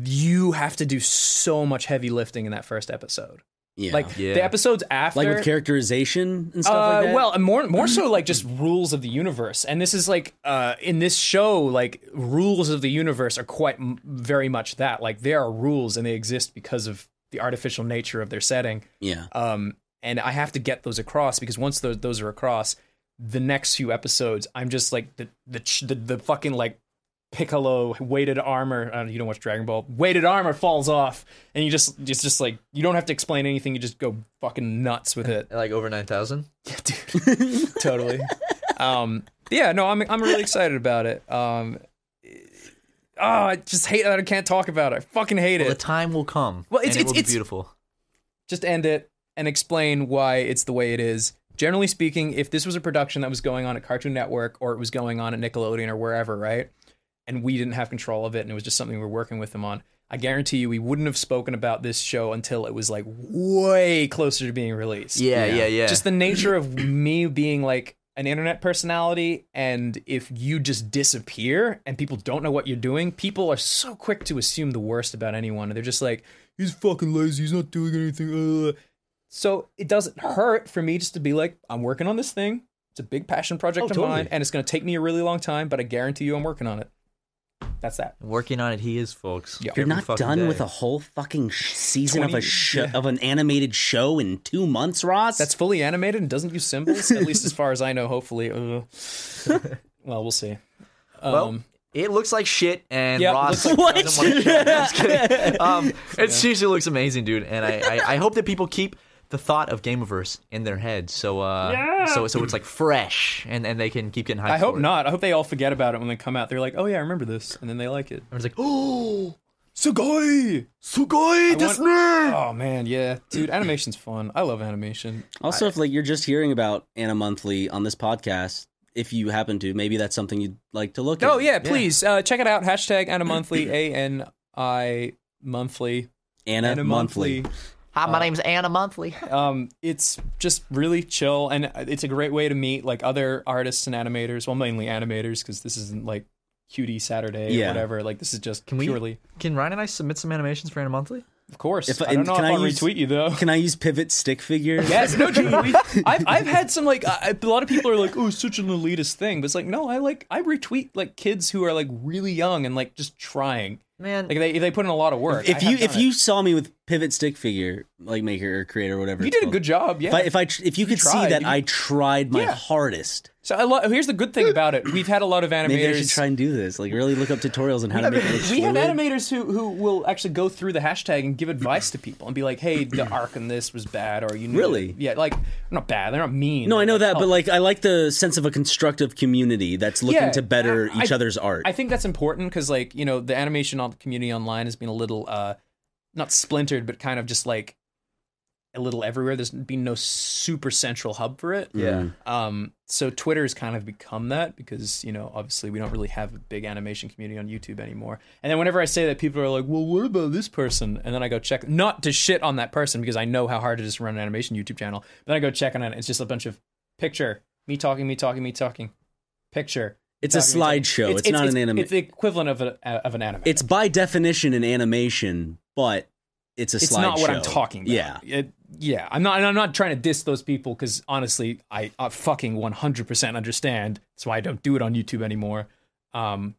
you have to do so much heavy lifting in that first episode.
yeah.
Like
Yeah.
the episodes after
like with characterization and stuff like
uh,
that.
Well, and more more so like just rules of the universe, and this is like uh, in this show, like rules of the universe are quite m- very much that. Like there are rules, and they exist because of the artificial nature of their setting.
yeah.
Um, and I have to get those across because once those those are across, the next few episodes, I'm just like the the ch- the, the fucking like Piccolo weighted armor. Uh, you don't watch Dragon Ball. Weighted armor falls off, and you just it's just like you don't have to explain anything. You just go fucking nuts with it.
like over nine thousand.
dude. <laughs> totally. Um, yeah, no, I'm I'm really excited about it. Um, oh, I just hate that I can't talk about it. I fucking hate
Well, the
it.
time will come.
Well, it's-
and it
it's-
will be
it's-
beautiful.
Just end it and explain why it's the way it is. Generally speaking, if this was a production that was going on at Cartoon Network or it was going on at Nickelodeon or wherever, right? And we didn't have control of it and it was just something we were working with them on. I guarantee you, we wouldn't have spoken about this show until it was like way closer to being released.
Yeah, yeah, yeah.
Just the nature of me being like an internet personality, and if you just disappear and people don't know what you're doing, people are so quick to assume the worst about anyone. They're just like, he's fucking lazy, he's not doing anything. uh." So it doesn't hurt for me just to be like, I'm working on this thing. It's a big passion
Oh,
project of mine, and it's going to take me a really long time, but I guarantee you I'm working on it. That's that.
working on it, he is, folks.
Yeah.
You're
Every
not
fucking
done
day.
with a whole fucking sh- season of a
20
sh-
yeah.
of an animated show in two months, Ross.
That's fully animated and doesn't use symbols, at least as far as I know,
<laughs>
hopefully. Uh, well, we'll see. Um,
Well, it looks like shit, and
Yep,
Ross
looks
like doesn't want to show it. No, I'm just
<laughs>
kidding. Um, it seriously looks amazing, dude. And I, I, I hope that people keep the thought of Gameverse in their head, so uh, so so it's like fresh, and and they can keep getting hyped.
I hope
for it.
not. I hope they all forget about it when they come out. They're like, oh yeah, I remember this, and then they like it.
Everyone's like, oh,
Sugoi.
sugoi desu ne!
Ah!
Oh man, yeah, dude, animation's fun. I love animation.
also if like you're just hearing about Anna Monthly on this podcast, if you happen to, maybe that's something you'd like to look at.
Oh yeah, please uh, check it out. Hashtag Anna Monthly. A N I Monthly.
Anna, Monthly.
Hi, my name's Anna Monthly.
Um, it's just really chill, and it's a great way to meet like other artists and animators. Well, mainly animators, because this isn't like cutie Saturday or
Yeah.
whatever. Like this is just
we-
purely,
Can Ryan and I submit some animations for Anna Monthly?
of course.
If I-
I don't know
can
if
I
I'll
use-
retweet you though.
Can I use pivot stick figures?
<laughs> Yes, no, dude. we- I've, I've had some like I, a lot of people are like, oh, it's such an elitist thing, but it's like, no, I like I retweet like kids who are like really young and like just trying.
Man,
Like they they put in a lot of work.
If
I
you
have
if
done
you
it.
saw me with pivot stick figure like maker or creator or whatever,
you
it's
did a
called,
good job, yeah.
If I if, I, tr- if you could see
tried.
that
You-
I tried my
Yeah.
hardest,
so I lo- here's the good thing about it: we've had a lot of animators.
maybe I should try and do this. Like really look up tutorials on how to make it look
we have
fluid.
animators who who will actually go through the hashtag and give advice to people and be like,
<clears throat>
"Hey, the arc in this was bad," or you know,
Really?
yeah, like not bad. They're not mean.
No, I know that,
They're like, "Oh,
but like I like the sense of a constructive community that's looking
Yeah,
to better
I-
each
I-
other's art.
I think that's important because, like, you know, the animation on community online has been a little, uh, not splintered, but kind of just like a little everywhere. There's been no super central hub for it.
Yeah.
Um, so Twitter's kind of become that because you know obviously we don't really have a big animation community on YouTube anymore. And then whenever I say that, people are like, "Well, what about this person?" And then I go check, not to shit on that person because I know how hard it is to run an animation YouTube channel. But then I go check on it, it's just a bunch of picture me talking, me talking, me talking, picture.
It's a
talking, me talking.
slideshow. It's, not an anime.
It's
It's,
the equivalent of, a, of an anime.
by definition an animation, but it's a slideshow.
it's not what I'm talking about.
Yeah.
It- yeah. I'm not. And I'm not trying to diss those people because honestly, I, I fucking 100% understand. That's why I don't do it on YouTube anymore. Um,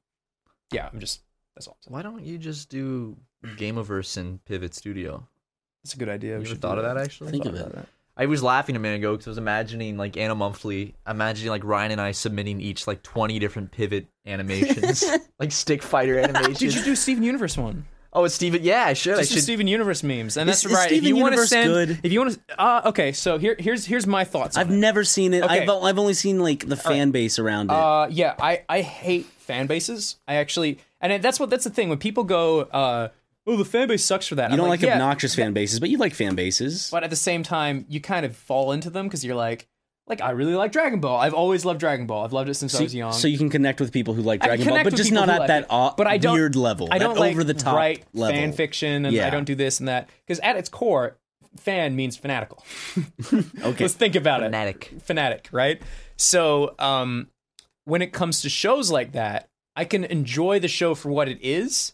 yeah. I'm just. That's all. I'm saying.
Why don't you just do Gameverse and Pivot Studio?
That's a good idea.
You
We
ever
should
thought
do
of that actually?
Think of it.
I was laughing a minute ago because I was imagining like Anna Mumfley, imagining like Ryan and I submitting each like 20 different pivot
<laughs>
animations, like stick fighter animations.
Did you do Steven Universe one?
oh, it's Steven. Yeah, <laughs> I should. I
Just the
should.
Steven Universe memes, and
Is-
that's
is
right. if
Steven
you want to
Universe
send,
good?
if you want to, uh, okay. So here, here's here's my thoughts. on
I've
it.
never seen it.
Okay.
I've I've only seen like the fan base around it.
Uh, yeah, I, I hate fan bases. I actually, and that's what that's the thing when people go, uh, oh, the fan base sucks for that.
you don't like,
yeah,
obnoxious fan bases, but you like fan bases.
but at the same time, you kind of fall into them because you're like, like I really like Dragon Ball. I've always loved Dragon Ball. I've loved it since I was young.
So you can connect with people who like
I
Dragon Ball,
connect
but
with
just
people
not
who
at
like
that
it,
aw-
but I don't,
weird level.
I don't
that
like
over the top
write
level.
fan fiction, and I
Yeah.
don't do this and that because at its core, fan means fanatical.
<laughs> Okay.
Let's think about it
Fanatic.
fanatic, right? So, um, when it comes to shows like that, I can enjoy the show for what it is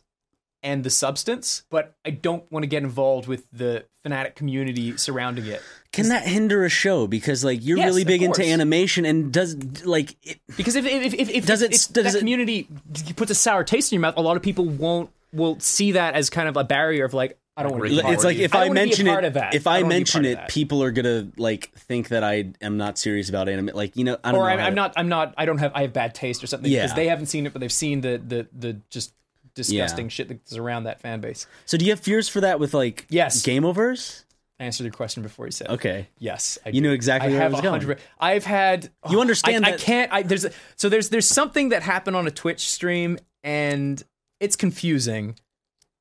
and the substance, but I don't want to get involved with the fanatic community surrounding it
Can that hinder a show? Because like you're
Yes,
really
of
big into
course.
animation and does like it,
because if if if, if
Does it-
if
does
that
it-
community puts a sour taste in your mouth, a lot of people won't will see that as kind of a barrier of like I don't want to.
Rick
Be
and
part
it's like
of
if
I
I,
don't wanna be a
mention
part of
it,
that.
if I,
I don't wanna be
mention
part of
it,
that.
people are gonna like think that I am not serious about anime. Like you know, I don't
or
know
I'm,
how
I'm
to-
not I'm not I don't have I have bad taste or something because
Yeah.
they haven't seen it, but they've seen the the the just disgusting shit that's around that fan base.
So do you have fears for that with like
Yes.
game overs?
I answered your question before you said. it.
Okay,
Yes, I
You
do.
knew exactly
I
where I
have
was going.
100 I've had.
You understand
I, I
that-
can't. I, there's a, so there's there's something that happened on a Twitch stream and it's confusing.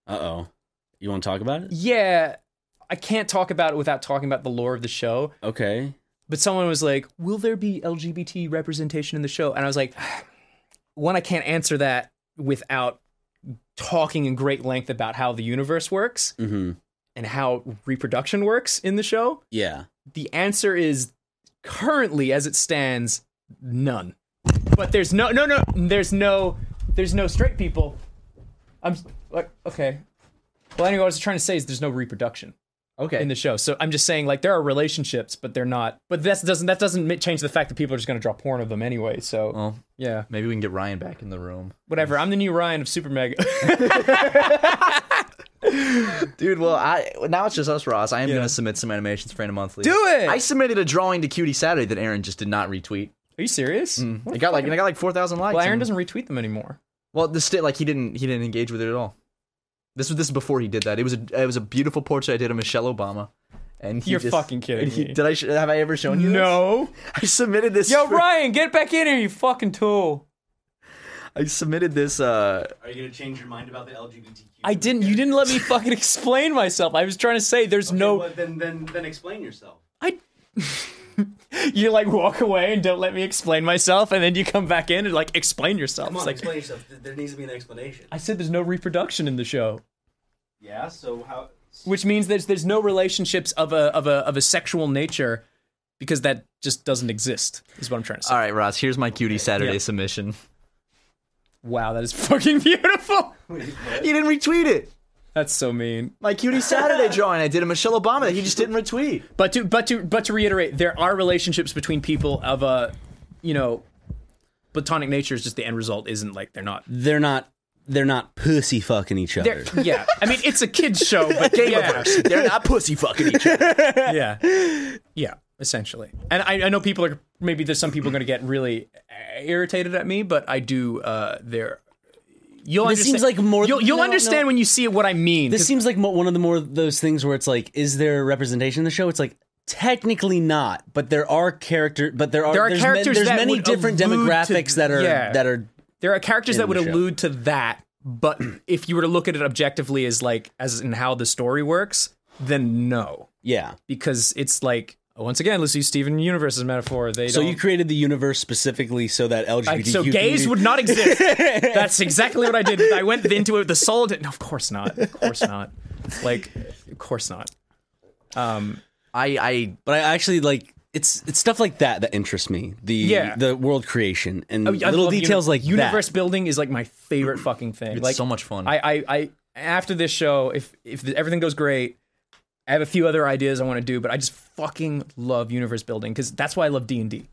uh oh, you want to talk about it?
Yeah, I can't talk about it without talking about the lore of the show.
Okay,
But someone was like, "Will there be LGBT representation in the show?" And I was like, <sighs> "One, I can't answer that without talking in great length about how the universe works
hmm
and how reproduction works in the show."
yeah,
The answer is currently, as it stands, none. But there's no, no, no, there's no, there's no straight people. I'm like, okay. Well, anyway, what I was trying to say is there's no reproduction
Okay.
in the show. So I'm just saying, like, there are relationships, but they're not. But that doesn't that doesn't mi- change the fact that people are just going to draw porn of them anyway. So
well,
yeah,
maybe we can get Ryan back in the room.
whatever. I'm the new Ryan of Super Mega. <laughs>
Dude, well, I now it's just us, Ross. I am gonna submit some animations for Anna Monthly. Do
it!
I submitted a drawing to Cutie Saturday that Aaron just did not retweet.
are you serious?
It got like it got like four thousand likes.
Well, Aaron
and-
doesn't retweet them anymore.
Well, the sti like he didn't he didn't engage with it at all. This was this is before he did that. It was a it was a beautiful portrait I did of Michelle Obama, and he
You're
just-
fucking kidding
and he-
me.
Did I sh- have I ever shown you? this?
No,
<laughs> I submitted this.
yo,
for-
Ryan, get back in here, you fucking tool.
I submitted this. Uh,
Are you gonna change your mind about the LGBTQ?
I didn't. You didn't let me fucking <laughs> explain myself. I was trying to say there's no.
then then then explain yourself.
I. <laughs> you like walk away and don't let me explain myself, and then you come back in and like explain yourself. It's like,
yourself. There needs to be an explanation.
I said, there's no reproduction in the show,
Yeah. So how?
which means there's there's no relationships of a of a of a sexual nature, because that just doesn't exist. Is what I'm trying to say.
all right, Ross. Here's my Cutie Saturday submission. <laughs>
Wow, that is fucking <laughs> beautiful.
He didn't retweet it.
That's so mean.
My
<laughs>
Cutie Saturday drawing I did of Michelle Obama that he just didn't retweet.
But to but to but to reiterate, there are relationships between people of a, you know, platonic nature. Is just the end result isn't like they're not
They're not. They're not pussy fucking each other.
They're- yeah, I mean it's a kids show, but <laughs> yeah,
They're not pussy fucking each other.
<laughs> yeah, yeah, essentially. And I, I know people are maybe there's some people going to get really uh, irritated at me, but I do. Uh, there, you'll.
This
understa-
seems like more-
You'll, you'll
no,
understand
no.
when you see what I mean.
This seems like mo- one of the more those things where it's like, is there representation in the show? It's like technically not, but there are character, but there are
There are
there's
characters
there's
that
many
would
different
allude to-
demographics that are
yeah.
that are
there are characters that would
the show.
allude to that, <clears throat> but if you were to look at it objectively as like as in how the story works, then no.
Yeah.
because it's like once again, let's use Steven Universe's metaphor. They
So
don't,
you created the universe specifically so that LGBTQ.
I- so gays
community-
would not
<laughs>
exist. That's exactly what I did. I went into it with the soul. No, of course not. Of course not. Like, of course not. Um,
I, I
But I actually like it's it's stuff like that that interests me. The
Yeah. Oh,
the world creation and
I
little
love uni-
details like
universe
that. Uh,
building is like my favorite fucking thing.
it's
like
so much fun.
I, I, I after this show, if if th- everything goes great, I have a few other ideas I want to do, but I just fucking love universe building because that's why I love D and D.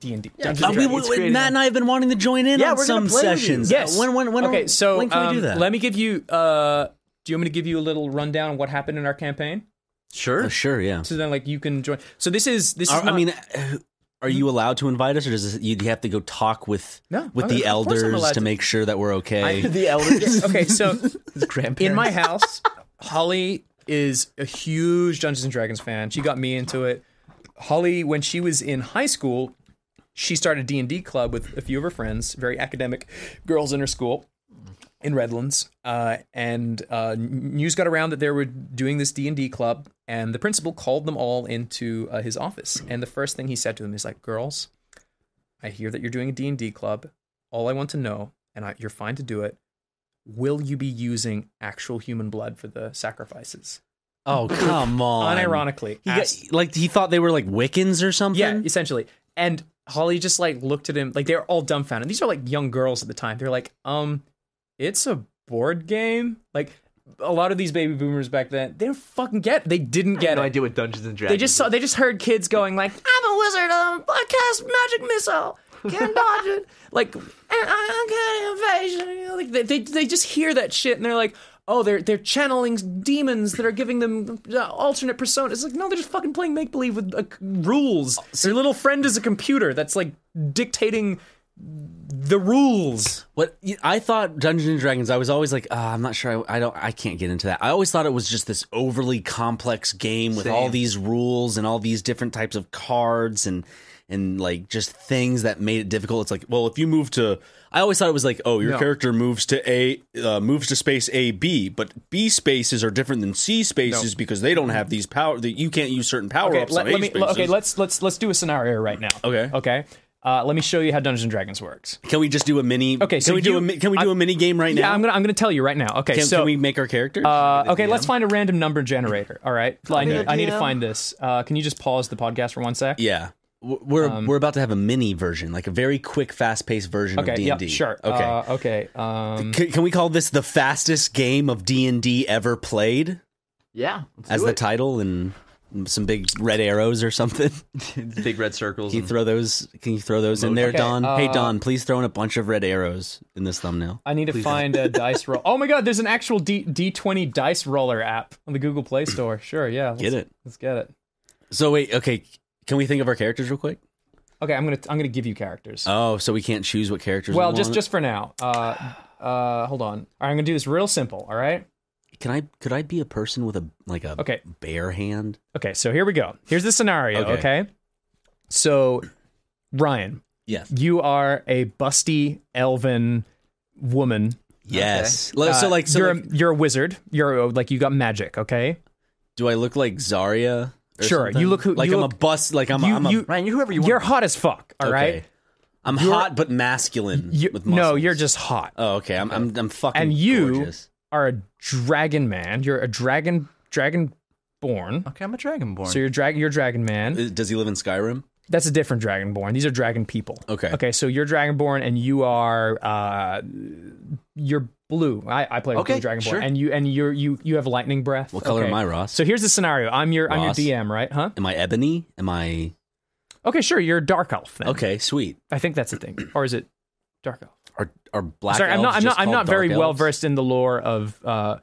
D and D.
Uh, we, we- Matt and I have been wanting to join in
Yeah,
on
we're
some
gonna play with you.
sessions.
Yes.
When when when
Okay, so
when can
um,
we do that?
let me give you. Uh, do you want me to give you a little rundown on what happened in our campaign?
sure.
Oh, sure, yeah.
So then, like, you can join. So this is this. Is
Are, I
not-
mean, uh, are you allowed to invite us, or does this, you have to go talk with
No,
with
I'm-
the
of course I'm
elders
allowed
to
to.
make sure that we're okay?
the elders. okay, so
Grandparents.
in my house, Holly is a huge Dungeons and Dragons fan. She got me into it. Holly, when she was in high school, she started D and D club with a few of her friends, very academic girls in her school in Redlands. Uh, and uh, n- news got around that they were doing this D and D club, and the principal called them all into uh, his office. And the first thing he said to them is like, "Girls, I hear that you're doing a D and D club. All I want to know, and I, you're fine to do it, will you be using actual human blood for the sacrifices?
oh
<laughs>
come on!
Unironically,
he got,
asked-
like he thought they were like Wiccans or something.
yeah, essentially. And Holly just like looked at him, like they're all dumbfounded. These are like young girls at the time. They're like, um, it's a board game. Like a lot of these baby boomers back then, they didn't fucking get. They didn't get
no
it.
idea what Dungeons and Dragons.
They just saw. They just heard kids going like, "I'm a wizard. um, I cast magic missile. Can dodge
<laughs>
it. Like, "And I I can invasion." You know, Like they, they they just hear that shit and they're like, "Oh, they're they're channeling demons that are giving them uh, alternate personas." It's like, no, they're just fucking playing make believe with uh,
Oh,
rules. Their little friend is a computer that's like dictating the rules.
What I thought Dungeons and Dragons, I was always like, ah, I'm not sure. I, I don't. I can't get into that. I always thought it was just this overly complex game with all
Same.
these rules and all these different types of cards and and like just things that made it difficult. It's like, well, if you move to, I always thought it was like, oh, your character moves to a uh, moves to space A B, but B spaces are different than C spaces because they don't have these power. That you can't use certain power ups. on A spaces.
okay, let's let's let's do a scenario right now.
Okay.
Okay. Uh, let me show you how Dungeons and Dragons works.
Can we just do a mini?
Okay,
Can
so
we do
you-
a mi- Can we do a mini game right
Yeah,
now?
I'm gonna I'm gonna tell you right now. Okay,
can,
so
can we make our characters?
uh, okay, let's find a random number generator. All right, Well, I need, I need to find this. Uh, can you just pause the podcast for one sec?
Yeah. W- We're
Um,
we're about to have a mini version, like a very quick, fast paced version
Okay.
of D
Yeah.
and D.
Sure.
Okay.
Uh, okay. Um,
C- can we call this the fastest game of D and D ever played
yeah. let's
as
do
the
it.
title and some big red arrows or something? <laughs>
big red circles.
Can you
and-
throw those? Can you throw those in there,
Mm. Okay,
Don? hey,
uh,
Don, please throw in a bunch of red arrows in this thumbnail.
I need to
<laughs>
find a dice roll. Oh my God! There's an actual D D20 dice roller app on the
<clears throat>
Google Play Store. Sure. Yeah. Let's,
Get it?
Let's get it.
So wait, okay. Can we think of our characters real quick?
Okay. I'm gonna I'm gonna give you characters.
Oh, so we can't choose what characters. we
well, just
want?
just for now. Uh, uh, hold on. All right. I'm gonna do this real simple. All right.
can I? Could I be a person with a like a
Okay.
bare hand?
Okay. So here we go. Here's the scenario.
Okay.
okay? So, Ryan.
Yes.
you are a busty elven woman.
Yes. Like- So
Uh,
like, so
you're
like-
a, you're a wizard. You're uh, like you got magic. Okay,
Do I look like Zarya? or
Sure,
something?
you look who-
like
you
I'm a
look-
bus. Like I'm. a
you-
I'm a,
you-
Ryan, you're whoever you want.
you're hot as fuck. All
okay.
right.
I'm hot but masculine.
You-
with
no,
muscles.
you're just hot.
Oh, okay. I'm. I'm. I'm fucking.
And you-
gorgeous.
are a dragon man. You're a dragon dragon born.
okay, I'm a dragonborn.
So you're dragon you're dragon man.
Uh, Does he live in Skyrim?
That's a different dragonborn. These are dragon people.
Okay.
Okay, so you're dragonborn and you are uh you're blue. I, I play with
Okay,
blue dragonborn
sure.
and you and you're you you have lightning breath.
What color
Okay.
am I, Ross?
So here's the scenario. I'm your
Ross?
I'm your DM, right? Huh?
am I ebony? Am I?
Okay, sure. You're a dark elf. Then.
Okay. Sweet.
I think that's the thing, or is it dark elf?
Are are black?
Sorry, I'm
elves
not. I'm
just
not. I'm
called
not very
dark
well
elves?
versed in the lore of uh,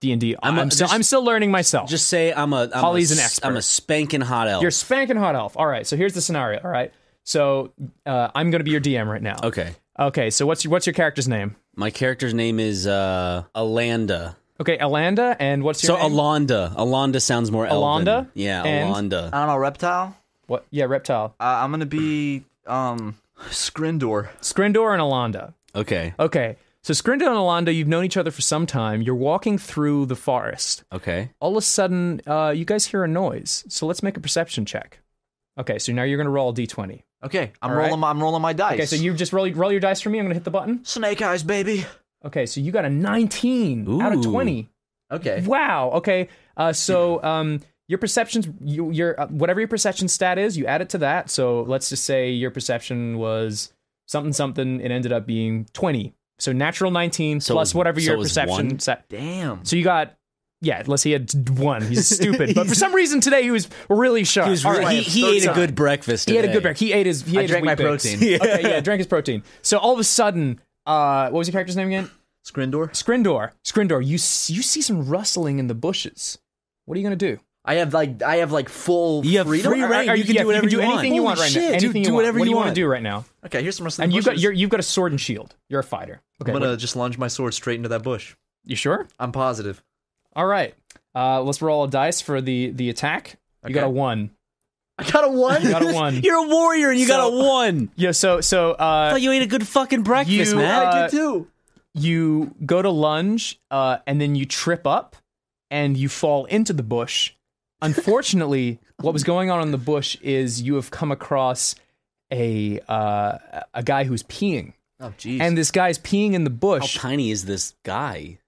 D and D.
I'm
I'm,
a-
I'm still.
just-
I'm still learning myself.
Just say I'm a. I'm
Holly's
a,
an
s-
expert.
I'm a spanking hot elf.
you're spanking hot elf. All right. So here's the scenario. All right. So uh, I'm going to be your DM right now.
okay.
Okay. So what's your what's your character's name?
My character's name is uh Alanda.
Okay, Alanda, and what's
So
your name?
Alanda. Alanda sounds more elven.
Alanda?
Yeah,
And-
Alanda.
I don't know, reptile.
What? Yeah, reptile.
Uh, I'm gonna be um
Scrindor.
Scrindor and Alanda.
Okay.
Okay. So Skrinda and Alonda, you've known each other for some time. You're walking through the forest.
Okay.
All of a sudden, uh, you guys hear a noise. So let's make a perception check. Okay, so now you're gonna roll a d20.
Okay, I'm
All right.
rolling. My, I'm rolling my dice.
Okay, so you just roll roll your dice for me. I'm gonna hit the button.
snake eyes, baby.
Okay, so you got a 19 out of
Ooh.
20.
Okay.
Wow. Okay. Uh, so um, your perceptions, you, your uh, whatever your perception stat is, you add it to that. So let's just say your perception was something something. It ended up being twenty. So natural nineteen
So it
plus
was-
whatever
so
your
it was
perception
one?
stat.
Damn.
So you got. Yeah, unless he had one.
<laughs>
He's stupid. But for some reason today he was really sharp.
He was
All
really-
right.
he, he ate a good breakfast.
He had a
today.
good break. He ate his. He
I
ate
drank
his
my
wheat bix.
protein.
<laughs> Okay, yeah, drank his protein. So all of a sudden, uh, what was your character's name again?
Scrindor.
Scrindor. Scrindor. You s- you see some rustling in the bushes. What are you gonna do?
I have like I have like full
You have
freedom.
free
Are-
reign.
are
You can do whatever
you
you
can do
want.
anything you
Holy
want right
shit,
now.
dude,
Anything you
do
want.
whatever
what
you
do you
want.
to do right now?
Okay, here's some rest of the
And you've got
bushes.
you're, you've got a sword and shield. You're a fighter. Okay,
I'm
wait,
gonna just lunge my sword straight into that bush.
you sure?
I'm positive.
All right. Uh, let's roll a dice for the the attack. You got a
Okay.
one.
I got a one.
You got
<laughs>
<laughs>
a one.
You're a warrior and you got a one.
yeah. So so uh,
I thought you ate a good fucking breakfast,
you,
man.
uh,
I did too.
you go to lunge uh, and then you trip up and you fall into
<laughs>
the bush. Unfortunately, what was going on in the bush is you have come across a uh, a guy who's peeing,
Oh jeez.
and this guy's peeing in the
How
bush.
tiny is this guy?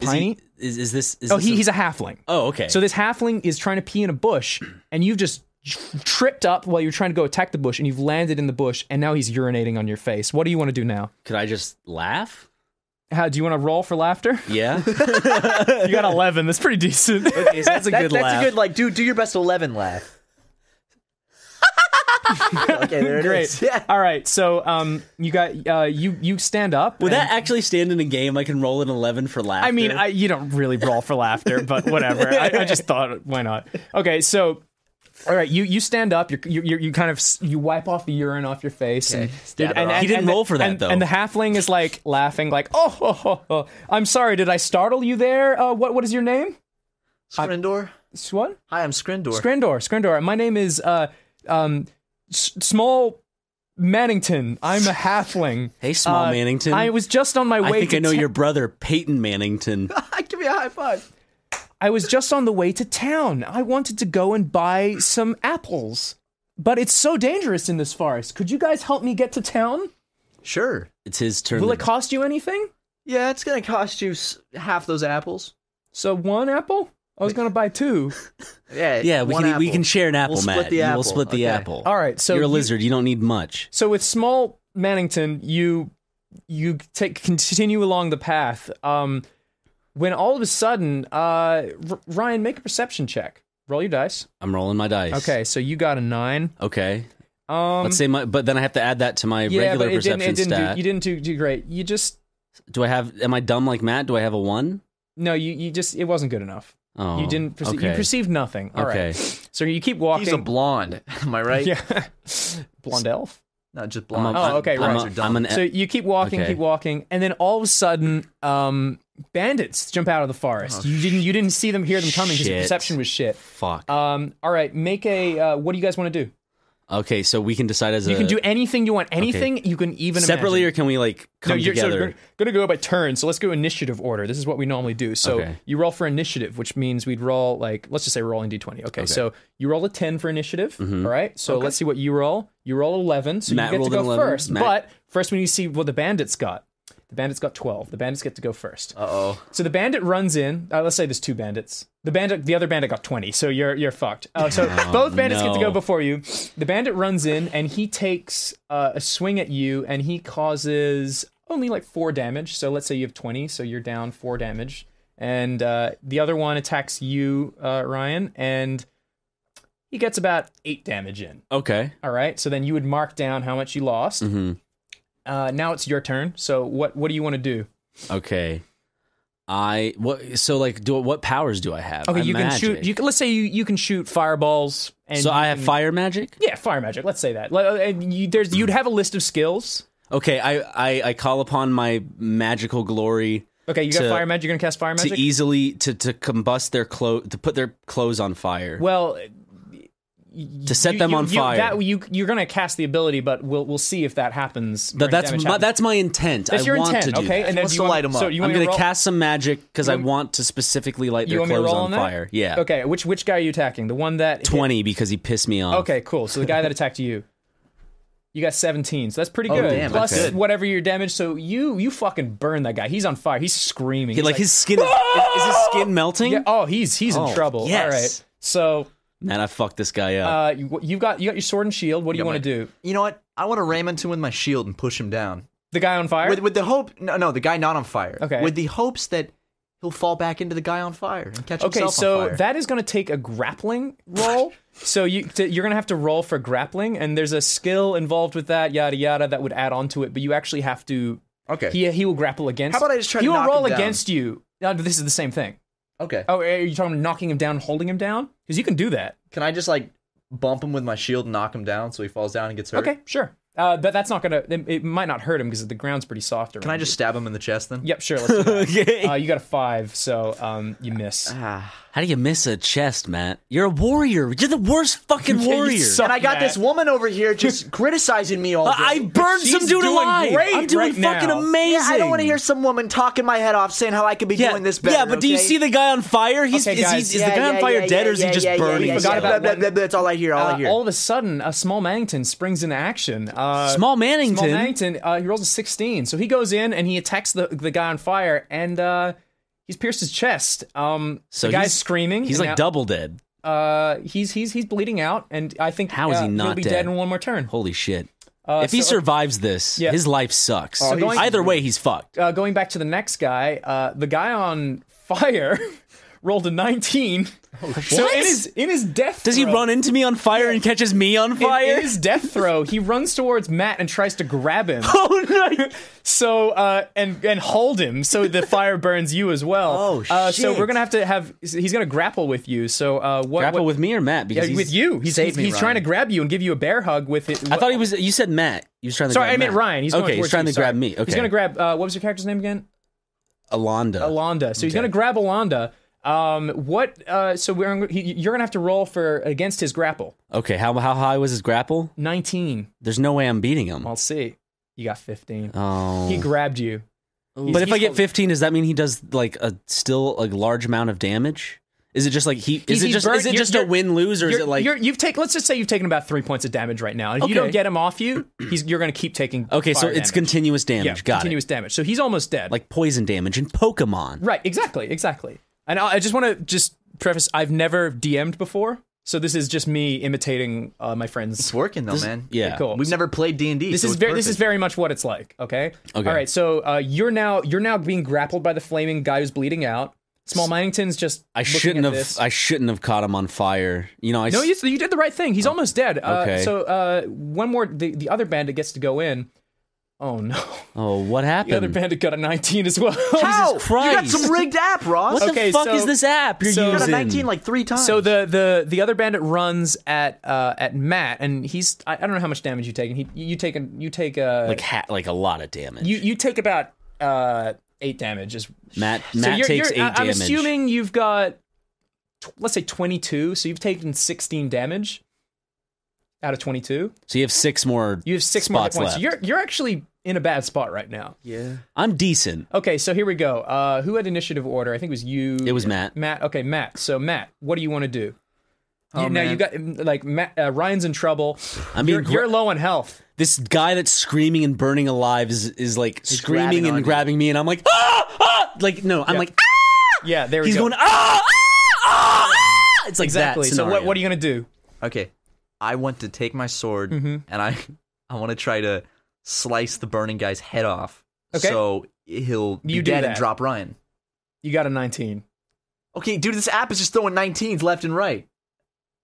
Is
Tiny?
He, is, is this? Is
Oh,
this
he,
a-
he's a halfling.
Oh, okay.
So this halfling is trying to pee in
<clears throat>
a bush, and you've just tripped up while you're trying to go attack the bush, and you've landed in the bush, and now he's urinating on your face. What do you want to do now?
could I just laugh?
How do you want to roll for
<laughs>
laughter? <laughs>
Yeah.
You got eleven. That's pretty decent.
Okay, so that's a
That-
good
that's
laugh.
a good like, dude. Do your best eleven laugh. okay, there it is.
<laughs>
<laughs>
Great.
Yeah.
All right. So um, you got uh, you you stand up.
Would
and-
that actually stand in a game? I can roll an eleven for laughter.
I mean, I, you don't really roll for laughter, but whatever. I, I just thought, why not? Okay, so. All right, you, you stand up. You're, you you you kind of s- you wipe off the urine off your face. And,
stab it off.
He didn't
the-
roll for that,
and-
though.
And the halfling is like laughing, like, "Oh, <laughs> ho, ho, ho. I'm sorry. Did I startle you there? Uh, what what is your name?
Scrindor.
S- What?
Hi, I'm Scrindor.
Skrendor. Skrendor. My name is uh um S- small Mannington. I'm a halfling.
<laughs> hey, small
Uh,
Mannington.
I was just on my way.
I think
to
I know
ta-
your brother, Peyton Mannington.
<laughs> Give me a high five.
I was just on the way to town. I wanted to go and buy some apples. But it's so dangerous in this forest. Could you guys help me get to town?
Sure.
It's his turn.
Will
to-
it cost you anything?
Yeah, it's gonna cost you s- half those apples.
So one apple? I was gonna buy two.
Yeah.
yeah, we
one
can eat- we
apple.
can share an apple,
We'll
Matt.
split the apple.
We'll split
Okay.
the apple.
All right, so
you're a
you-
lizard. You don't need much.
So with small Mannington, you you take continue along the path. Um, when all of a sudden, uh, R- Ryan, make a perception check. Roll your dice.
I'm rolling my dice.
Okay, so you got a nine.
Okay.
Um,
Let's say my, but then I have to add that to my
yeah,
regular
but it didn't.
perception
It didn't
stat.
do, you didn't do, do great. You just
do I have? Am I dumb like Matt? Do I have a one?
no. You you just it wasn't good enough.
Oh,
you didn't. Perce-
okay.
You perceived nothing. All right.
okay.
So you keep walking.
He's a blonde. <laughs> Am I right?
<laughs> yeah, blonde elf.
Not just
I'm
blonde.
a-
Oh, okay,
I'm
right.
a-
Guys are dumb.
I'm an.
So you keep walking,
Eh, Okay.
keep walking, and then all of a sudden, um, bandits jump out of the forest. you didn't, you didn't see them, hear them coming because your
Oh, Shit.
perception was shit.
Fuck.
Um, all right, make a. Uh, what do you guys want to do?
okay, so we can decide as
You
a.
can do anything you want, anything you can even
separately,
imagine.
or can we like come
you're, so
together?
we're gonna go by turn. So let's go initiative order. This is what we normally do. So
Okay.
you roll for initiative, which means we'd roll like let's just say we're rolling d20. Okay, so you roll a 10 for initiative. all right, so let's see what you roll. You roll 11, so
Mm-hmm. Matt
you get to
rolled
go
an 11.
first.
Matt-
But first, we need to see what the bandits got. The bandits got 12. The bandits get to go first.
Uh oh.
So the bandit runs in. Uh, let's say there's two bandits. The bandit, the other bandit got twenty. So you're you're fucked. Uh, so both bandits get to
no.
go before you. The bandit runs in and he takes uh, a swing at you and he causes only like four damage. So let's say you have twenty, so you're down four damage. And uh, the other one attacks you, uh, Ryan, and he gets about eight damage in.
okay.
All right. So then you would mark down how much you lost. Uh, now it's your turn. So what what do you want to do?
Okay. I what? So like, do what powers do I have?
Okay,
I'm
you can shoot.
magic.
You can, let's say you, you can shoot fireballs. And
so
you
I have
can-
fire magic.
Yeah, fire magic. Let's say that. Let- And you, there's you'd have a list of skills.
Okay, I, I I call upon my magical glory
Okay, you got
To-
fire magic. You're gonna cast fire magic.
to easily to to combust their clothes to put their clothes on fire.
well,
To set them on fire.
That, you, you're going to cast the ability, but we'll we'll see if that happens.
Th-
during
that's
damage
my,
happens.
that's my intent.
That's
I
your
want
intent,
to do
okay?
that.
And then
Wants
do you
to
want,
light 'em up.
So you
I'm
want me
gonna
to roll,
cast some magic because I want to specifically light
you
their
want me to
clothes
roll
on,
on,
fire.
That?
Yeah.
Okay. Which which guy are you attacking? The one that hit-
Twenty because he pissed me off.
Okay, cool. So the guy that attacked you, you got 17. So that's pretty good.
Oh, damn,
Plus
that's good.
whatever your damage. So you you fucking burn that guy. He's on fire. He's screaming.
He,
He's
like, his skin is, is his skin melting?
Yeah, oh, he's he's in trouble.
yes.
All right. So
Man, I fucked this guy up.
uh, you, you've got you got your sword and shield. What do you want to do?
You know what? I want to ram into him with my shield and push him down.
The guy on fire.
With, with the hope, no, no, the guy not on fire.
Okay.
With the hopes that he'll fall back into the guy on fire and catch
okay,
himself on
so
fire.
that is going to take a grappling
<laughs>
roll. so you t- you're going to have to roll for grappling, and there's a skill involved with that. Yada yada. That would add on to it, but you actually have to.
okay.
He he will grapple against.
How about I just try
He
to
will
knock
roll
him down?
against you. No, this is the same thing.
okay.
Oh, are you talking about knocking him down, and holding him down? Because you can do that.
Can I just like bump him with my shield and knock him down so he falls down and gets hurt?
Okay, sure. Uh, but that's not gonna. It, it might not hurt him because the ground's pretty soft.
Can I just stab him in the chest then?
Yep, sure. Let's do
<laughs>
that.
okay. Ah.
Uh, you got a five, so um, you miss.
How do you miss a chest, Matt? You're a warrior. You're the worst
<laughs>
fucking warrior.
suck.
And I got
Matt.
this woman over here
<laughs>
just criticizing me all day.
I I burned
She's
some dude
doing
alive.
great
I'm doing
right
fucking
now.
amazing.
Yeah, I don't want to hear some woman talking my head off saying how I could be
Yeah,
doing this better.
yeah, but do you
okay?
see the guy on fire? He's
Okay,
is, he,
guys.
is the guy on fire dead or is he just burning?
I forgot
himself?
about that. That's all I hear. All I
Uh,
hear.
all of a sudden, a small Mannington springs into action. Uh,
Small Mannington?
Small Mannington. Uh, he rolls a sixteen, so he goes in and he attacks the the guy on fire, and uh, he's pierced his chest. Um,
So
the guy's
he's-
screaming.
He's
and
like
now-
double dead.
Uh, he's he's he's bleeding out, and I think
How is
uh,
he not
he'll be
dead?
dead? in one more turn.
Holy shit. if he
Uh, so-
survives this,
Yeah.
his life sucks.
going-
Either way, he's fucked.
uh, going back to the next guy, uh, the guy on fire <laughs> rolled a 19. so in his in his death,
Does he
throw-
run into me on fire and catches me on
in-
fire?
In his death throw, he runs towards Matt and tries to grab him.
<laughs> oh no!
<laughs> So uh, and and hold him so the fire burns you as well.
Oh,
uh, So
shit.
we're gonna have to have he's gonna grapple with you. So uh, what?
Grapple
what-
with me or Matt?
yeah,
Because he's-
with you. He's
Save
he's,
me,
he's trying to
Ryan.
grab you and give you a bear hug with it.
I thought he was. You said Matt. He was trying to.
Sorry,
grab
I meant
Matt.
Ryan. He's going
okay, he's
towards
trying
you,
to grab
sorry.
me. Okay,
He's gonna grab. Uh, what was your character's name again?
Alonda.
Alonda. So he's going to grab Alonda. Um, what? Uh, so we're he, you're going to have to roll for against his grapple.
Okay, how how high was his grapple?
Nineteen.
There's no way I'm beating him.
I'll see. You got fifteen.
Oh,
He grabbed you.
but if I get 15, does that mean he does like a still a large amount of damage? Is it just like he? Is
He's-
it
he's
just
burnt-
is it
you're-
just a
you're-
win lose or is
You're,
it like
you're, you've taken. Let's just say you've taken about three points of damage right now. And if you don't
Okay.
get him off you, he's you're going to keep taking.
okay? So
fire
it's
damage.
continuous damage.
yeah,
Got
continuous damage. So he's almost dead.
it. Like poison damage in Pokemon.
right, exactly, exactly. And I, I just want to just preface: I've never DM'd before, so this is just me imitating uh, my friends.
it's working though, man.
Yeah.
Cool.
We've never played D and D.
This is very this is very much what it's like. Okay.
Okay.
All right. So uh, you're now you're now being grappled by the flaming guy who's bleeding out. Small Mannington's just.
I
looking
shouldn't
at
have.
This.
I shouldn't have caught him on fire. You know. I
no,
s-
you, you did the right thing. He's almost dead. Uh,
Oh. Okay.
So uh, one more. The, the other bandit gets to go in. Oh no! <laughs>
Oh, what happened?
The other bandit got a 19 as well. <laughs>
How? You got
Christ.
some rigged app, Ross.
what
Okay,
the fuck
so-
is this app you're
so-
You
using?
got a 19 like three times.
So the the the other bandit runs at uh, at Matt, and he's I, I don't know how much damage you take, and he you take a you take a
like ha- like a lot of damage.
you you take about uh, eight damage is
Matt
So
Matt
you're-
takes
you're-
8
I- I'm
damage.
assuming you've got, tw- let's say, 22. So you've taken 16 damage out of 22.
so you have 6 more
You have six more hit
spots left.
points. You're you're actually in a bad spot right now.
I'm decent.
Okay, so here we go. Uh, who had initiative order? I think it was you.
It was Matt.
Matt. Okay, Matt. So Matt, what do you want to do?
Oh,
You, now you got mm, like Matt, uh, Ryan's in trouble.
I mean,
you're, you're low on health.
this guy that's screaming and burning alive is, is like
grabbing
screaming
on
and
you.
grabbing me, and I'm like, ah, ah! Like, no, I'm like, ah!
Yeah, there
He's
we go.
going, ah, ah, ah, ah! It's like
exactly.
that
So what
scenario.
what are you gonna do?
okay, I want to take my sword
Mm-hmm.
and I <laughs> I want to try to slice the burning guy's head off.
Okay.
So he'll be
You do
dead
that.
and drop Ryan.
You got a 19.
Okay, dude, this app is just throwing 19s left and right.